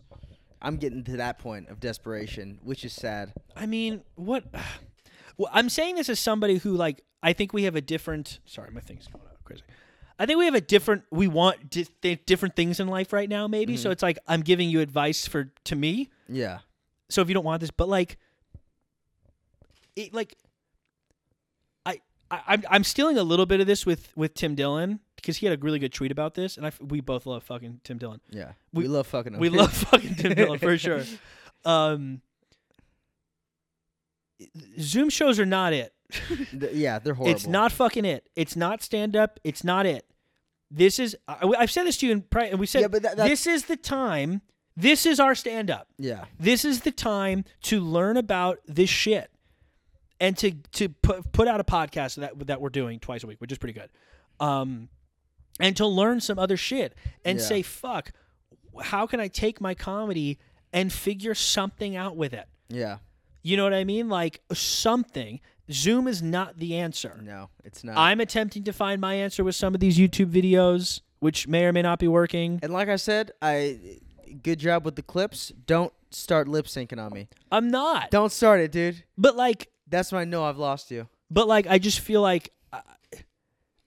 S2: I'm getting to that point of desperation, which is sad.
S1: I mean, what? Well, I'm saying this as somebody who, like, I think we have a different. Sorry, my thing's going out crazy. I think we have a different. We want di- th- different things in life right now, maybe. So it's like I'm giving you advice for to me.
S2: Yeah,
S1: So if you don't want this, but like, it like, I, I I'm I'm stealing a little bit of this with with Tim Dillon because he had a really good tweet about this, and I f- we both love fucking Tim Dillon.
S2: yeah.
S1: We-
S2: We, love fucking.
S1: We
S2: up.
S1: love fucking Tim Dillon for sure. Um, Zoom shows are not it.
S2: Th- yeah, they're horrible.
S1: It's not fucking it. It's not stand up. It's not it. This is I, I've said this to you in pri- and we said
S2: Yeah, but that- that-
S1: this is the time. This is our stand up.
S2: Yeah,
S1: This is the time to learn about this shit and to to put put out a podcast that that we're doing twice a week, which is pretty good. Um, and to learn some other shit and
S2: Yeah.
S1: say fuck, how can I take my comedy and figure something out with it?
S2: yeah.
S1: You know what I mean? Like something. Zoom is not the answer.
S2: No, it's not.
S1: I'm attempting to find my answer with some of these YouTube videos, which may or may not be working.
S2: and like I said, I good job with the clips. Don't start lip syncing on me.
S1: I'm not.
S2: Don't start it, dude.
S1: But like,
S2: That's when I know I've lost you.
S1: but like, I just feel like. Uh,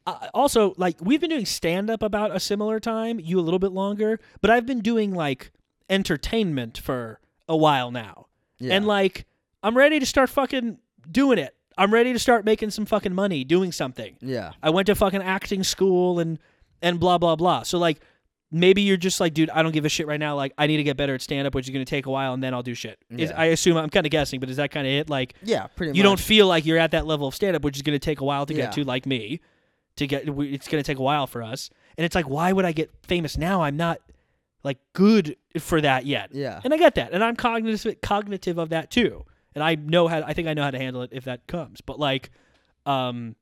S1: uh, also, like we've been doing stand up about a similar time, you a little bit longer, but I've been doing like entertainment for a while now.
S2: Yeah.
S1: And like I'm ready to start fucking doing it. I'm ready to start making some fucking money doing something.
S2: yeah,
S1: I went to fucking acting school and and blah blah blah. So like maybe you're just like, dude, I don't give a shit right now. Like I need to get better at stand up, which is gonna take a while, and then I'll do shit. Is,
S2: Yeah.
S1: I assume I'm kind of guessing, but is that kind of it? Like
S2: yeah. Pretty. much.
S1: you don't feel like you're at that level of stand up, which is gonna take a while to
S2: Yeah.
S1: get to, like me. To get we- it's gonna take a while for us, and it's like, why would I get famous now? I'm not like good for that yet.
S2: Yeah.
S1: And I get that, and I'm cognitive cognitive of that too, and I know how I think I know how to handle it if that comes. But like, um,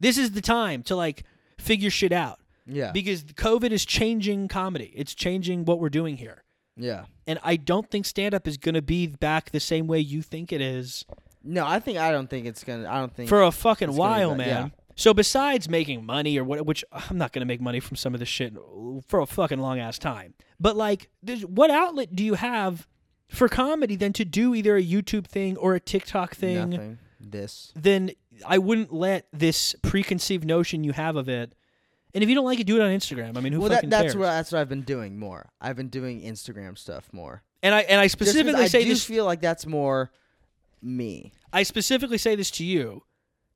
S1: this is the time to like figure shit out
S2: Yeah.
S1: because COVID is changing comedy. It's changing what we're doing here,
S2: yeah.
S1: and I don't think stand up is gonna be back the same way you think it is
S2: No, I think I don't think it's gonna. I don't think
S1: for a fucking
S2: it's gonna be
S1: while,
S2: bad,
S1: man.
S2: yeah.
S1: So besides making money or what, which I'm not gonna make money from some of this shit for a fucking long ass time. But like, there's, what outlet do you have for comedy than to do either a YouTube thing or a TikTok thing?
S2: nothing. This.
S1: Then I wouldn't let this preconceived notion you have of it And if you don't like it, do it on Instagram. I mean, who
S2: well, that,
S1: fucking
S2: that's
S1: cares?
S2: what that's what I've been doing more. I've been doing Instagram stuff more.
S1: and I and I
S2: Just 'cause
S1: specifically
S2: I
S1: say
S2: do
S1: this.
S2: feel like that's more me.
S1: I specifically say this to you,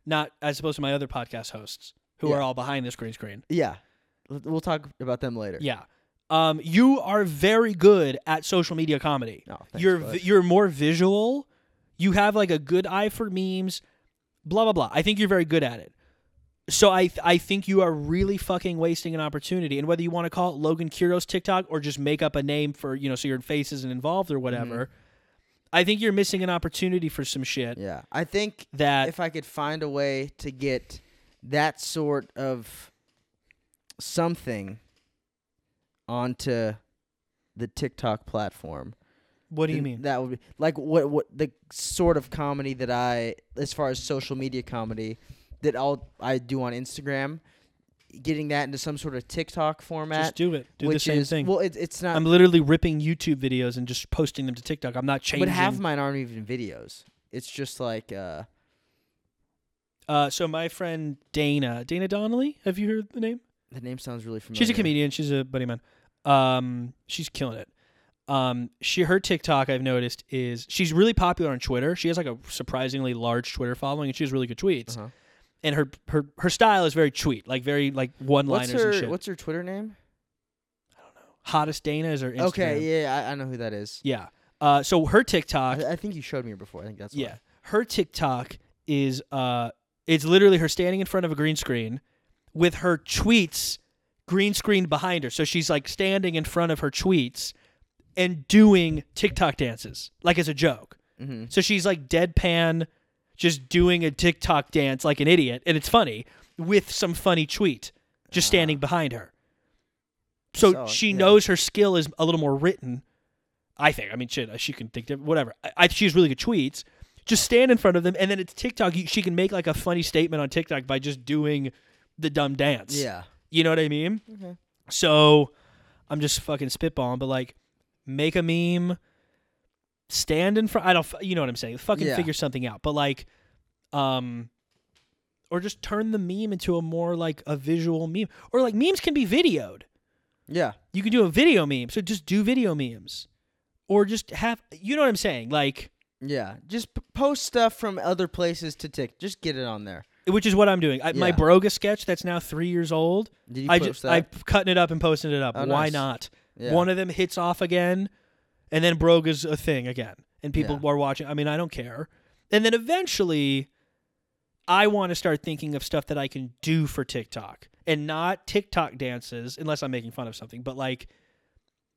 S1: not as opposed to my other podcast hosts who
S2: Yeah.
S1: are all behind this green screen.
S2: Yeah, L- we'll talk about them later.
S1: Yeah. Um, you are very good at social media comedy.
S2: No, Oh, thanks,
S1: you're
S2: bud.
S1: vi- you're more visual. You have like a good eye for memes, blah blah blah. I think you're very good at it. So I th- I think you are really fucking wasting an opportunity. And whether you want to call it Logan Kuro's TikTok or just make up a name for you know so your face isn't involved or whatever,
S2: Mm-hmm.
S1: I think you're missing an opportunity for some shit
S2: yeah. I think
S1: that
S2: if I could find a way to get that sort of something onto the TikTok platform,
S1: What do you
S2: then
S1: mean?
S2: That would be like what what the sort of comedy that I, as far as social media comedy, that I'll I do on Instagram. Getting that into some sort of TikTok format,
S1: Just do it. Do the
S2: which
S1: same
S2: is
S1: thing.
S2: well, it, it's not.
S1: I'm literally ripping YouTube videos and just posting them to TikTok. I'm not changing.
S2: But half of mine aren't even videos. It's just like uh,
S1: uh, so my friend Dana, Dana Donnelly, have you heard the name?
S2: the name sounds really familiar.
S1: She's a comedian. She's a buddy of mine. Um, she's killing it. Um, she her TikTok I've noticed is she's really popular on Twitter. She has like a surprisingly large Twitter following, and she has really good tweets.
S2: Uh-huh.
S1: And her her her style is very tweet, like very like one
S2: What's
S1: liners and
S2: her
S1: shit.
S2: What's her Twitter name?
S1: Hottest Dana is her Instagram.
S2: Okay, yeah, I, I know who that is.
S1: yeah. Uh, so her TikTok
S2: I, I think you showed me her before. I think that's why.
S1: yeah. Her TikTok is uh it's literally her standing in front of a green screen with her tweets green screen behind her. So she's like standing in front of her tweets and doing TikTok dances like as a joke.
S2: Mm-hmm.
S1: So she's like deadpan just doing a TikTok dance like an idiot and it's funny with some funny tweet just standing behind her. So
S2: Solid,
S1: she
S2: Uh-huh. yeah.
S1: knows her skill is a little more written. I think. I mean, shit, she can think different. Whatever. I, I, she has really good tweets. Just stand in front of them, and then it's TikTok. You- She can make like a funny statement on TikTok by just doing the dumb dance.
S2: Yeah.
S1: You know what I mean?
S2: Okay.
S1: So I'm just fucking spitballing, but like, make a meme, stand in front. I don't. f- You know what I'm saying? Fucking
S2: Yeah.
S1: figure something out. But like, um, or just turn the meme into a more like a visual meme, or like memes can be videoed.
S2: Yeah.
S1: You can do a video meme. So just do video memes. Or just have you know what I'm saying? Like
S2: Yeah. Just p- post stuff from other places to Tik. Just get it on there.
S1: which is what I'm doing. I, My
S2: Yeah.
S1: Broga sketch that's now three years old.
S2: Did you
S1: I
S2: post
S1: just
S2: that?
S1: I cutting it up and posting it up.
S2: Oh,
S1: Why
S2: nice.
S1: not?
S2: yeah.
S1: One of them hits off again, and then Broga's a thing again, and people
S2: Yeah.
S1: are watching. I mean, I don't care. And then eventually, I want to start thinking of stuff that I can do for TikTok and not TikTok dances, unless I'm making fun of something. But like,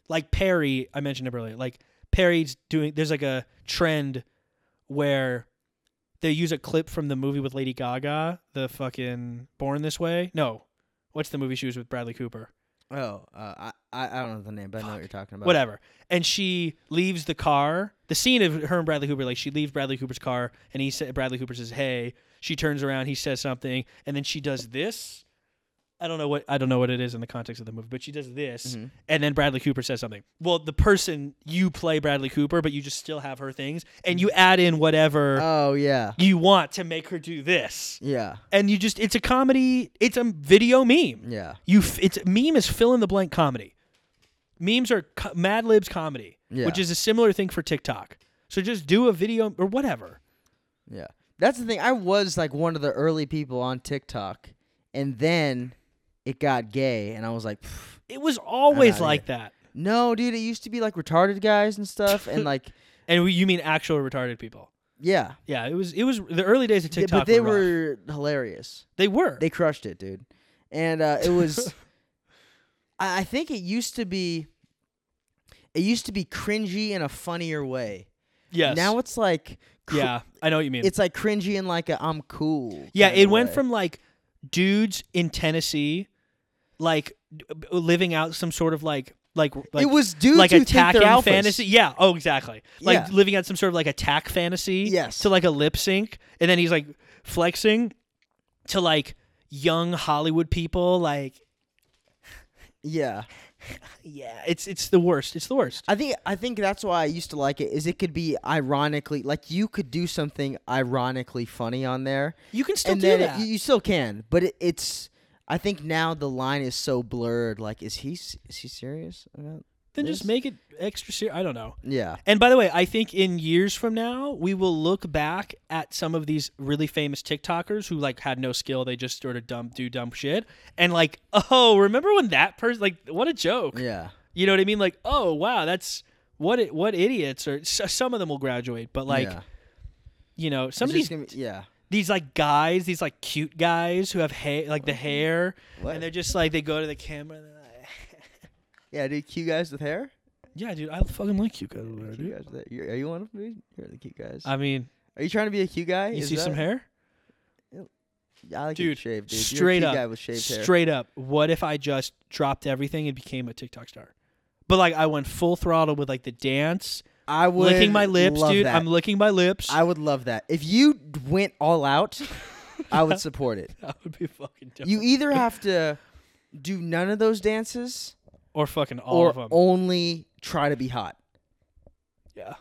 S1: like Perry, I mentioned him earlier. Like Perry's doing. There's like a trend where they use a clip from the movie with Lady Gaga, the fucking Born This Way. No, what's the movie she was with Bradley Cooper?
S2: oh, uh, I I I don't know the name, but I know what you're talking about.
S1: whatever. And she leaves the car. The scene of her and Bradley Cooper, like she leaves Bradley Cooper's car, and he said Bradley Cooper says, "Hey." She turns around, he says something, and then she does this. I don't know what I don't know what it is in the context of the movie, but she does this,
S2: Mhm.
S1: and then Bradley Cooper says something. Well, the person you play Bradley Cooper, but you just still have her things, and
S2: Mm-hmm.
S1: you add in whatever
S2: Oh yeah.
S1: you want to make her do this,
S2: Yeah.
S1: and you just it's a comedy, it's a video meme.
S2: Yeah.
S1: You, f- it's meme is fill in the blank comedy. Memes are co- Mad Libs comedy,
S2: Yeah.
S1: which is a similar thing for TikTok. So just do a video or whatever.
S2: Yeah. That's the thing. I was like one of the early people on TikTok, and then it got gay, and I was like, "Pff,
S1: It was always
S2: outta
S1: like that.
S2: no, dude, it used to be like retarded guys and stuff, and like,
S1: And we, you mean actual retarded people?
S2: yeah.
S1: Yeah, it was. It was the early days of
S2: Th-
S1: TikTok.
S2: but they
S1: were, rough.
S2: were hilarious.
S1: They were.
S2: They crushed it, dude. And uh, it was, I, I think it used to be, it used to be cringy in a funnier way.
S1: yes.
S2: Now it's like, cr-
S1: yeah, I know what you mean.
S2: it's like cringy in like a I'm cool.
S1: Yeah,
S2: kinda
S1: it went
S2: way.
S1: from like dudes in Tennessee, like d- b- living out some sort of like like like
S2: it was dudes
S1: like
S2: who
S1: attacking
S2: think they're alphas.
S1: fantasy. Yeah. Oh, exactly. Like
S2: Yeah.
S1: living out some sort of like attack fantasy.
S2: Yes.
S1: To like a lip sync, and then he's like flexing to like young Hollywood people. Like,
S2: Yeah.
S1: yeah, it's it's the worst. It's the worst.
S2: I think I think that's why I used to like it is it could be ironically like you could do something ironically funny on there
S1: You can still
S2: and
S1: do
S2: then it-
S1: that.
S2: you, you still can but it, it's I think now the line is so blurred. Like, is he s- is he serious about?
S1: Then just
S2: This-
S1: make it extra serious. I don't know.
S2: Yeah,
S1: And by the way, I think in years from now, we will look back at some of these really famous TikTokers who like had no skill. They just sort of dumb do dumb shit, and like, oh, remember when that person like what a joke.
S2: yeah,
S1: You know what I mean? Like, oh wow, that's what it, what idiots. Or s- some of them will graduate, but like,
S2: yeah.
S1: you know, some
S2: It's
S1: of these
S2: just gonna be- yeah.
S1: these like guys, these like cute guys who have hair, like the hair,
S2: What?
S1: and they're just like they go to the camera. and they're like,
S2: Yeah, dude, cute guys with hair.
S1: Yeah, dude, I fucking like cute guys. over there,
S2: Cute
S1: dude.
S2: guys with hair. You're, are you one of them? Dude? You're the cute guys.
S1: I mean,
S2: are you trying to be a cute guy?
S1: you
S2: Is
S1: see some
S2: that-
S1: hair?
S2: Yeah, I like
S1: Dude,
S2: it shaved, dude.
S1: straight
S2: You're a
S1: up,
S2: cute guy with shaved hair.
S1: Straight up, what if I just dropped everything and became a TikTok star? But like I went full throttle with like the dance,
S2: I would
S1: licking my lips,
S2: love
S1: dude.
S2: That.
S1: I'm licking my lips.
S2: I would love that. If you d- went all out, I would support it.
S1: that would be fucking dope.
S2: You either have to do none of those dances
S1: or fucking all
S2: or
S1: of them.
S2: only try to be hot.
S1: yeah,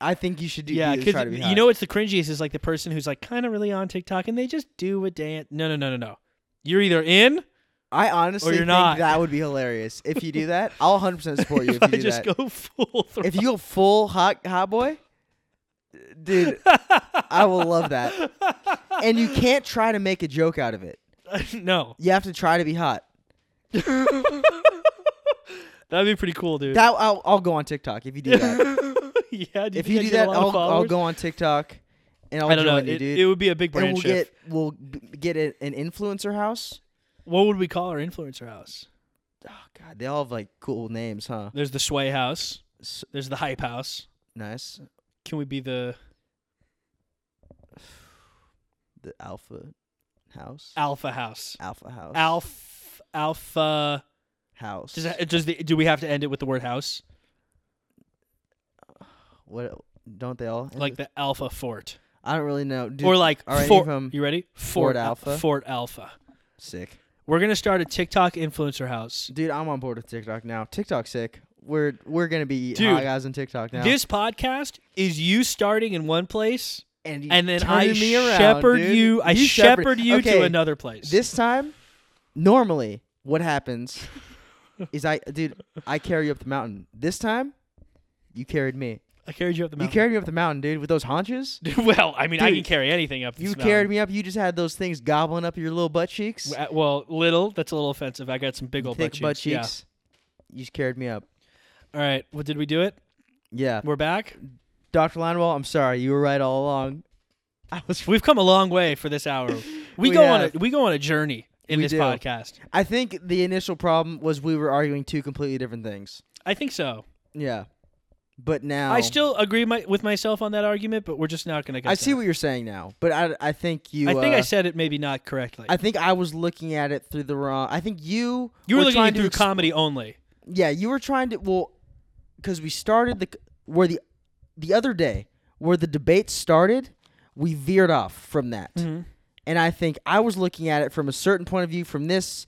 S2: I think you should do
S1: yeah.
S2: either try to be
S1: Because
S2: hot.
S1: you know what's the cringiest is like the person who's like kind of really on TikTok and they just do a dance. No, no, no, no, no. You're either in
S2: I honestly
S1: you're
S2: think
S1: not.
S2: that would be hilarious. If you do that, I'll 100% support you if
S1: I
S2: you do
S1: just
S2: that.
S1: go full throttle.
S2: if you go full hot hot boy, dude, I will love that. And you can't try to make a joke out of it.
S1: no,
S2: You have to try to be hot.
S1: that'd be pretty cool, dude.
S2: That I'll, I'll go on TikTok if you do that.
S1: yeah, do
S2: if
S1: think
S2: you
S1: I'd
S2: do
S1: get a
S2: that,
S1: lot of
S2: I'll, I'll
S1: followers?
S2: go on TikTok and I'll
S1: I don't know.
S2: join you,
S1: It,
S2: dude.
S1: it would be a big brand
S2: and we'll
S1: shift.
S2: get we'll b- get a, an influencer house.
S1: What would we call our influencer house?
S2: Oh God, they all have like cool names, huh?
S1: There's the Sway House.
S2: S-
S1: There's the Hype House.
S2: nice.
S1: Can we be the
S2: The Alpha House,
S1: Alpha House?
S2: Alpha House,
S1: Alf Alpha.
S2: House.
S1: Does that, does the do we have to end it with the word house?
S2: what? Don't they all?
S1: Like the Alpha Fort,
S2: I don't really know. Dude,
S1: or like
S2: are any
S1: Fort?
S2: of 'em
S1: You ready?
S2: Fort
S1: Al-
S2: Alpha?
S1: Fort Alpha.
S2: sick,
S1: We're gonna start a TikTok influencer house.
S2: dude. I'm on board with TikTok now. TikTok sick. We're we're gonna be
S1: Dude,
S2: hot guys on TikTok now.
S1: This podcast is you starting in one place,
S2: and, you
S1: and then
S2: turning
S1: I
S2: me around,
S1: shepherd
S2: dude.
S1: you. I shepherd you
S2: okay,
S1: to another place.
S2: This time, normally, what happens is I, dude, I carry you up the mountain. This time, you carried me.
S1: I carried you up the
S2: You
S1: mountain.
S2: carried me up the mountain, dude, with those haunches.
S1: well, I mean, I
S2: Dude,
S1: can carry anything up. This
S2: You
S1: mountain.
S2: carried me up. You just had those things gobbling up your little butt cheeks,
S1: W- uh, Well, little. That's a little offensive. I got some big old
S2: thick
S1: butt cheeks.
S2: You just carried me up.
S1: Yeah. All right. Well, did we do it?
S2: Yeah,
S1: We're back.
S2: Doctor Linewall, I'm sorry, you were right all along. I was.
S1: We've come a long way for this hour. We,
S2: We
S1: go on a
S2: have.
S1: we go on a journey in
S2: We
S1: this
S2: do.
S1: podcast.
S2: I think the initial problem was we were arguing two completely different things.
S1: I think so.
S2: Yeah, but now
S1: I still agree my, with myself on that argument, but we're just not going to.
S2: Oh. I see what you're saying now, but I I think you.
S1: I think I
S2: uh,
S1: said it maybe not correctly.
S2: I think I was looking at it through the wrong. I think you
S1: you were, looking
S2: trying
S1: at it through
S2: to ex-
S1: comedy only.
S2: yeah, you were trying to well, because we started the c- where the the other day where the debate started, we veered off from that,
S1: Mm-hmm.
S2: and I think I was looking at it from a certain point of view from this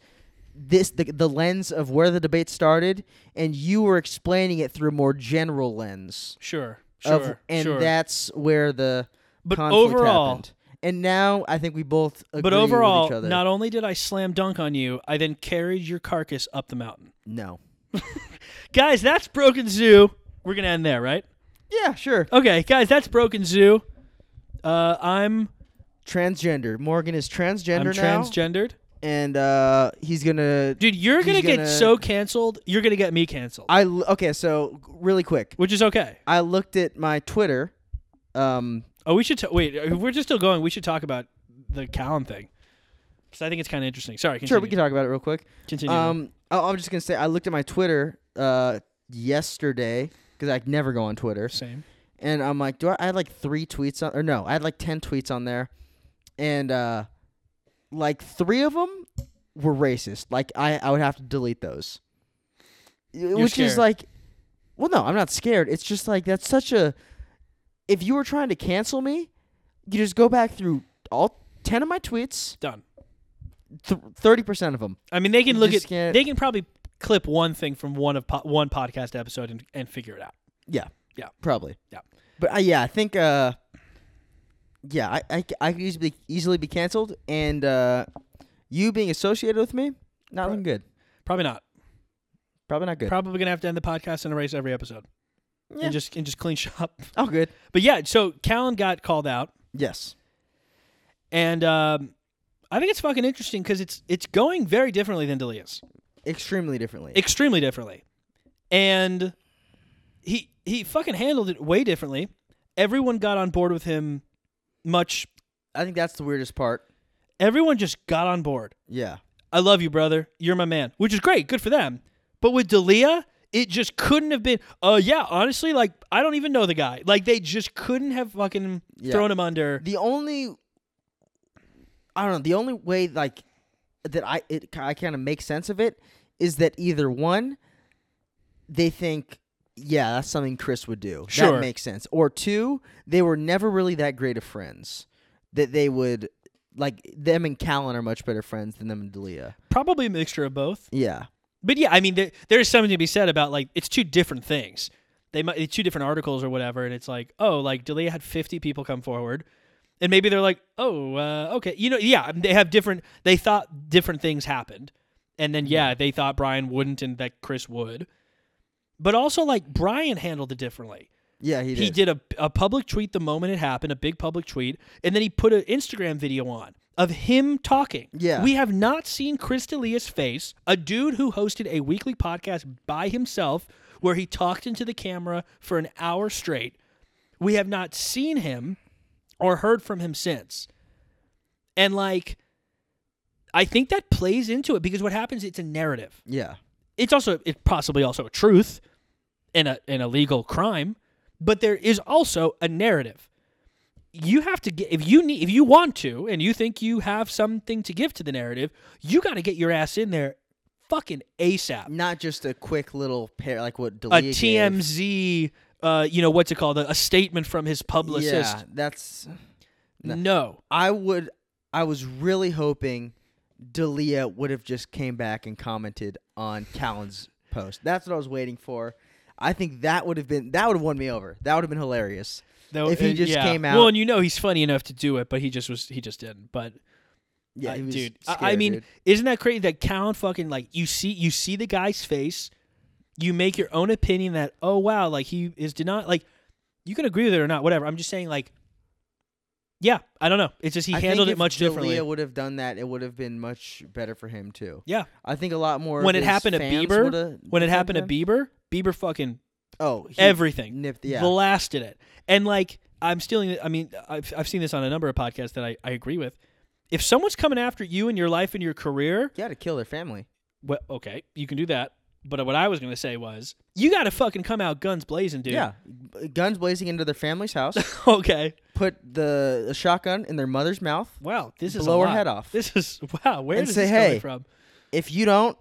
S2: this the, the lens of where the debate started, and you were explaining it through a more general lens
S1: Sure,
S2: of-
S1: sure,
S2: and
S1: sure.
S2: that's where the
S1: But
S2: conflict
S1: overall-
S2: happened. And now I think we both agree
S1: but overall,
S2: with each other.
S1: not only did I slam dunk on you, I then carried your carcass up the mountain.
S2: no.
S1: Guys, that's Broken Zoo. We're going to end there, right?
S2: Yeah, sure.
S1: Okay, guys, that's Broken Zoo. Uh, I'm
S2: transgender. Morgan is transgender
S1: I'm
S2: now,
S1: transgendered.
S2: and uh, he's gonna.
S1: Dude, you're gonna
S2: He's
S1: get
S2: gonna-
S1: so canceled. You're gonna get me canceled,
S2: I l- okay. So really quick,
S1: which is okay.
S2: I looked at my Twitter. Um,
S1: Oh, we should t- wait. If we're just still going, we should talk about the Callum thing because I think it's kind of interesting. Sorry, continue.
S2: sure, we can talk about it real quick.
S1: continue.
S2: Um, I, I'm just gonna say I looked at my Twitter uh yesterday because I never go on Twitter,
S1: Same.
S2: and I'm like, do I? I had like three tweets on, or no, I had like ten tweets on there, and uh, like three of them were racist. Like I, I would have to delete those, which
S1: scared.
S2: is like, well, no, I'm not scared. It's just like that's such a. If you were trying to cancel me, you just go back through all ten of my tweets,
S1: Done.
S2: thirty percent of them.
S1: I mean, they can
S2: You
S1: look
S2: just
S1: at.
S2: can't-
S1: They can probably clip one thing from one of po- one podcast episode and, and figure it out.
S2: Yeah,
S1: Yeah.
S2: probably.
S1: Yeah.
S2: but uh, yeah, I think. uh yeah, I, I, c- I could easily easily be canceled, and uh, You being associated with me,
S1: Pro-
S2: not looking good.
S1: Probably not.
S2: Probably not good.
S1: Probably gonna have to end the podcast and erase every episode
S2: yeah.
S1: and just and just clean shop.
S2: oh, good.
S1: But yeah, so Callan got called out,
S2: Yes.
S1: and um, I think it's fucking interesting because it's it's going very differently than Delia's,
S2: Extremely differently.
S1: extremely differently, and he he fucking handled it way differently. Everyone got on board with him. Much
S2: I think that's the weirdest part.
S1: everyone just got on board.
S2: Yeah.
S1: I love you, brother. You're my man, which is great. Good for them. But with Dalia, it just couldn't have been. Uh, yeah, honestly, like I don't even know the guy. Like they just couldn't have fucking
S2: Yeah.
S1: thrown him under.
S2: The only I don't know, the only way like that I it I kind of make sense of it is that either one they think yeah, that's something Chris would do.
S1: Sure.
S2: That makes sense. Or two, they were never really that great of friends that they would like them and Callan are much better friends than them and Delia.
S1: Probably a mixture of both.
S2: Yeah.
S1: But yeah, I mean, there, there's something to be said about like it's two different things. They might it's two different articles or whatever, and it's like, oh, like Delia had 50 people come forward, and maybe they're like, oh, uh, okay, you know, yeah, they have different. They thought different things happened, and then yeah, they thought Brian wouldn't and that Chris would, but also like Brian handled it differently.
S2: Yeah, he did.
S1: He did a, a public tweet the moment it happened, a big public tweet, and then he put an Instagram video on of him talking.
S2: Yeah.
S1: We have not seen Chris D'Elia's face, a dude who hosted a weekly podcast by himself where he talked into the camera for an hour straight. We have not seen him or heard from him since. And like I think that plays into it because what happens it's a narrative
S2: Yeah.
S1: it's also it's possibly also a truth and a and a legal crime, but there is also a narrative. You have to get if you need if you want to and you think you have something to give to the narrative, you got to get your ass in there, fucking ASAP.
S2: Not just a quick little pair like what
S1: A
S2: Delia gave.
S1: TMZ, uh, you know what's it called? A, a statement from his
S2: Yeah,
S1: publicist.
S2: that's no.
S1: No,
S2: I would. I was really hoping Dalia would have just came back and commented on Callan's post. That's what I was waiting for. I think that would have been that would have won me over. That would have been hilarious.
S1: Though-
S2: If he
S1: uh,
S2: just
S1: yeah.
S2: came out-
S1: Well, and you know he's funny enough to do it, but he just was he just didn't. But
S2: Yeah,
S1: Uh,
S2: he was
S1: dude. I-
S2: Scared,
S1: I mean,
S2: dude.
S1: isn't that crazy that Callan fucking like you see you see the guy's face, you make your own opinion that oh wow like he is did not like you can agree with it or not whatever. I'm just saying like, yeah, I don't know. It's just he
S2: I think
S1: handled it
S2: if
S1: much differently.
S2: Dalia would have done that. It would have been much better for him too.
S1: yeah,
S2: I think a lot more.
S1: When
S2: of
S1: it
S2: his
S1: happened to
S2: fans
S1: Bieber-
S2: would've
S1: when it
S2: defended
S1: happened to
S2: him.
S1: Bieber, Bieber fucking
S2: oh, he
S1: everything
S2: nipped. Yeah,
S1: blasted it. And like I'm stealing. I mean, I've I've seen this on a number of podcasts that I I agree with. If someone's coming after you and your life and your career,
S2: you got to kill their family.
S1: Well, okay, you can do that. But what I was gonna say was, you gotta fucking come out guns blazing, dude.
S2: Yeah, guns blazing into their family's house.
S1: okay.
S2: put the a shotgun in their mother's mouth.
S1: Wow. This is
S2: Blow
S1: a
S2: her
S1: lot.
S2: head off.
S1: This is wow. Where
S2: And
S1: is
S2: say,
S1: this
S2: "Hey."
S1: coming from?
S2: if you don't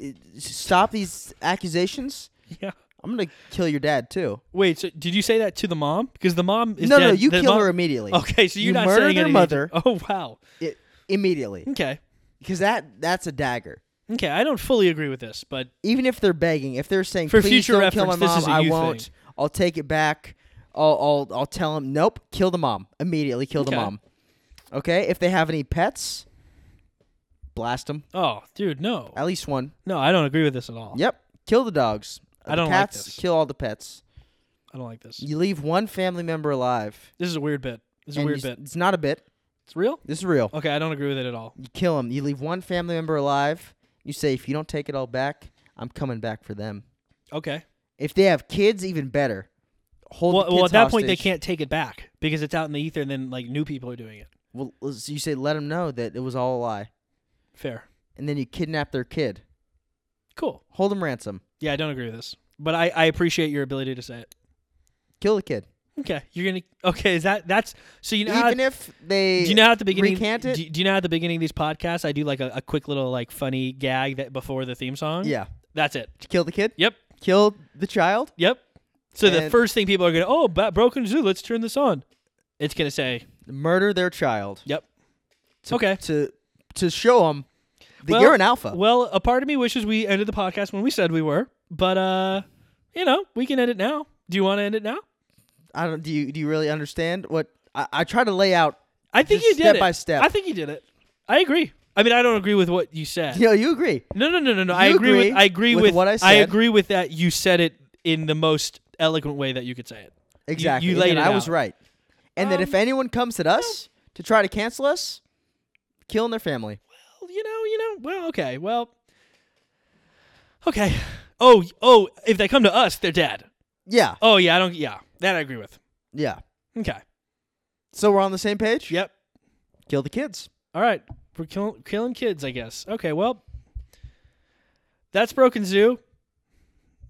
S2: uh, stop these accusations,
S1: Yeah.
S2: I'm gonna kill your dad too.
S1: Wait. So did you say that to the mom? Because the mom is
S2: no, no,
S1: dead.
S2: you
S1: The
S2: kill
S1: mom-
S2: her immediately.
S1: Okay. So you're
S2: You
S1: not
S2: murder
S1: saying
S2: their
S1: anything.
S2: mother.
S1: Oh wow.
S2: I- immediately,
S1: Okay.
S2: because that that's a dagger.
S1: Okay. I don't fully agree with this, but
S2: Even if they're begging, if they're saying
S1: For
S2: please
S1: future
S2: don't kill my
S1: reference, this
S2: mom,
S1: is a
S2: I
S1: you
S2: won't.
S1: thing.
S2: I'll take it back. I'll I'll I'll tell him nope. Kill the mom immediately. Kill the
S1: Okay.
S2: mom. Okay, if they have any pets, blast them.
S1: oh, dude, no,
S2: At least one.
S1: no, I don't agree with this at all.
S2: Yep, kill the dogs.
S1: I
S2: The
S1: don't like
S2: cats,
S1: this.
S2: Kill all the pets.
S1: I don't like this.
S2: You leave one family member alive.
S1: This is a weird bit. This is a
S2: and
S1: weird
S2: you s-
S1: bit.
S2: It's not a bit.
S1: It's real.
S2: This is real.
S1: Okay. I don't agree with it at all.
S2: You kill them. You leave one family member alive. You say, if you don't take it all back, I'm coming back for them.
S1: Okay.
S2: If they have kids, even better. Hold
S1: Well,
S2: the
S1: well, at
S2: kids
S1: that point, they
S2: hostage.
S1: can't take it back because it's out in the ether, and then like new people are doing it.
S2: Well, l- so you say, let them know that it was all a lie,
S1: Fair.
S2: and then you kidnap their kid.
S1: Cool.
S2: Hold them ransom.
S1: Yeah, I don't agree with this, but I, I appreciate your ability to say it.
S2: Kill the kid.
S1: Okay, you're gonna. Okay, is that that's so you know. How,
S2: even if they.
S1: do you know how at the beginning?
S2: recant it?
S1: Do, do you know how at the beginning of these podcasts I do like a, a quick little like funny gag that before the theme song?
S2: Yeah.
S1: that's it.
S2: To kill the kid.
S1: Yep,
S2: Kill the child.
S1: yep. So the
S2: And-
S1: first thing people are gonna oh ba- broken zoo, let's turn this on. It's gonna say
S2: Murder their child.
S1: yep. okay.
S2: To to show them that
S1: Well-
S2: you're an alpha.
S1: Well, a part of me wishes we ended the podcast when we said we were, but uh, you know we can end it now. Do you want to end it now?
S2: I don't. Do you do you really understand what I, I try to lay out?
S1: I think
S2: Just
S1: you did
S2: step
S1: it.
S2: by step.
S1: I think you did it. I agree. I mean, I don't agree with what you said.
S2: No, you agree.
S1: No, no, no, no, no. I
S2: You
S1: agree,
S2: agree
S1: with I agree
S2: with
S1: with,
S2: what I
S1: I
S2: said.
S1: agree with that. You said it in the most eloquent way that you could say it.
S2: Exactly.
S1: you
S2: And
S1: laid
S2: that
S1: it
S2: I was
S1: out.
S2: right. And that if
S1: Um,
S2: anyone comes at us to try to cancel us, killing their family.
S1: Well, you know, you know. Well, okay. Well, okay. Oh, oh. If they come to us, they're dead.
S2: Yeah.
S1: Oh, yeah. I don't. Yeah, that I agree with.
S2: Yeah.
S1: Okay.
S2: So we're on the same page?
S1: Yep.
S2: Kill the kids.
S1: All right. We're killing killing kids, I guess. Okay. Well, that's broken zoo,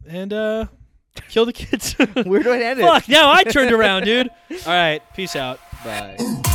S1: and uh, kill the kids.
S2: Where do I end it?
S1: Fuck. Now I turned around, dude. All right. Peace out.
S2: Bye.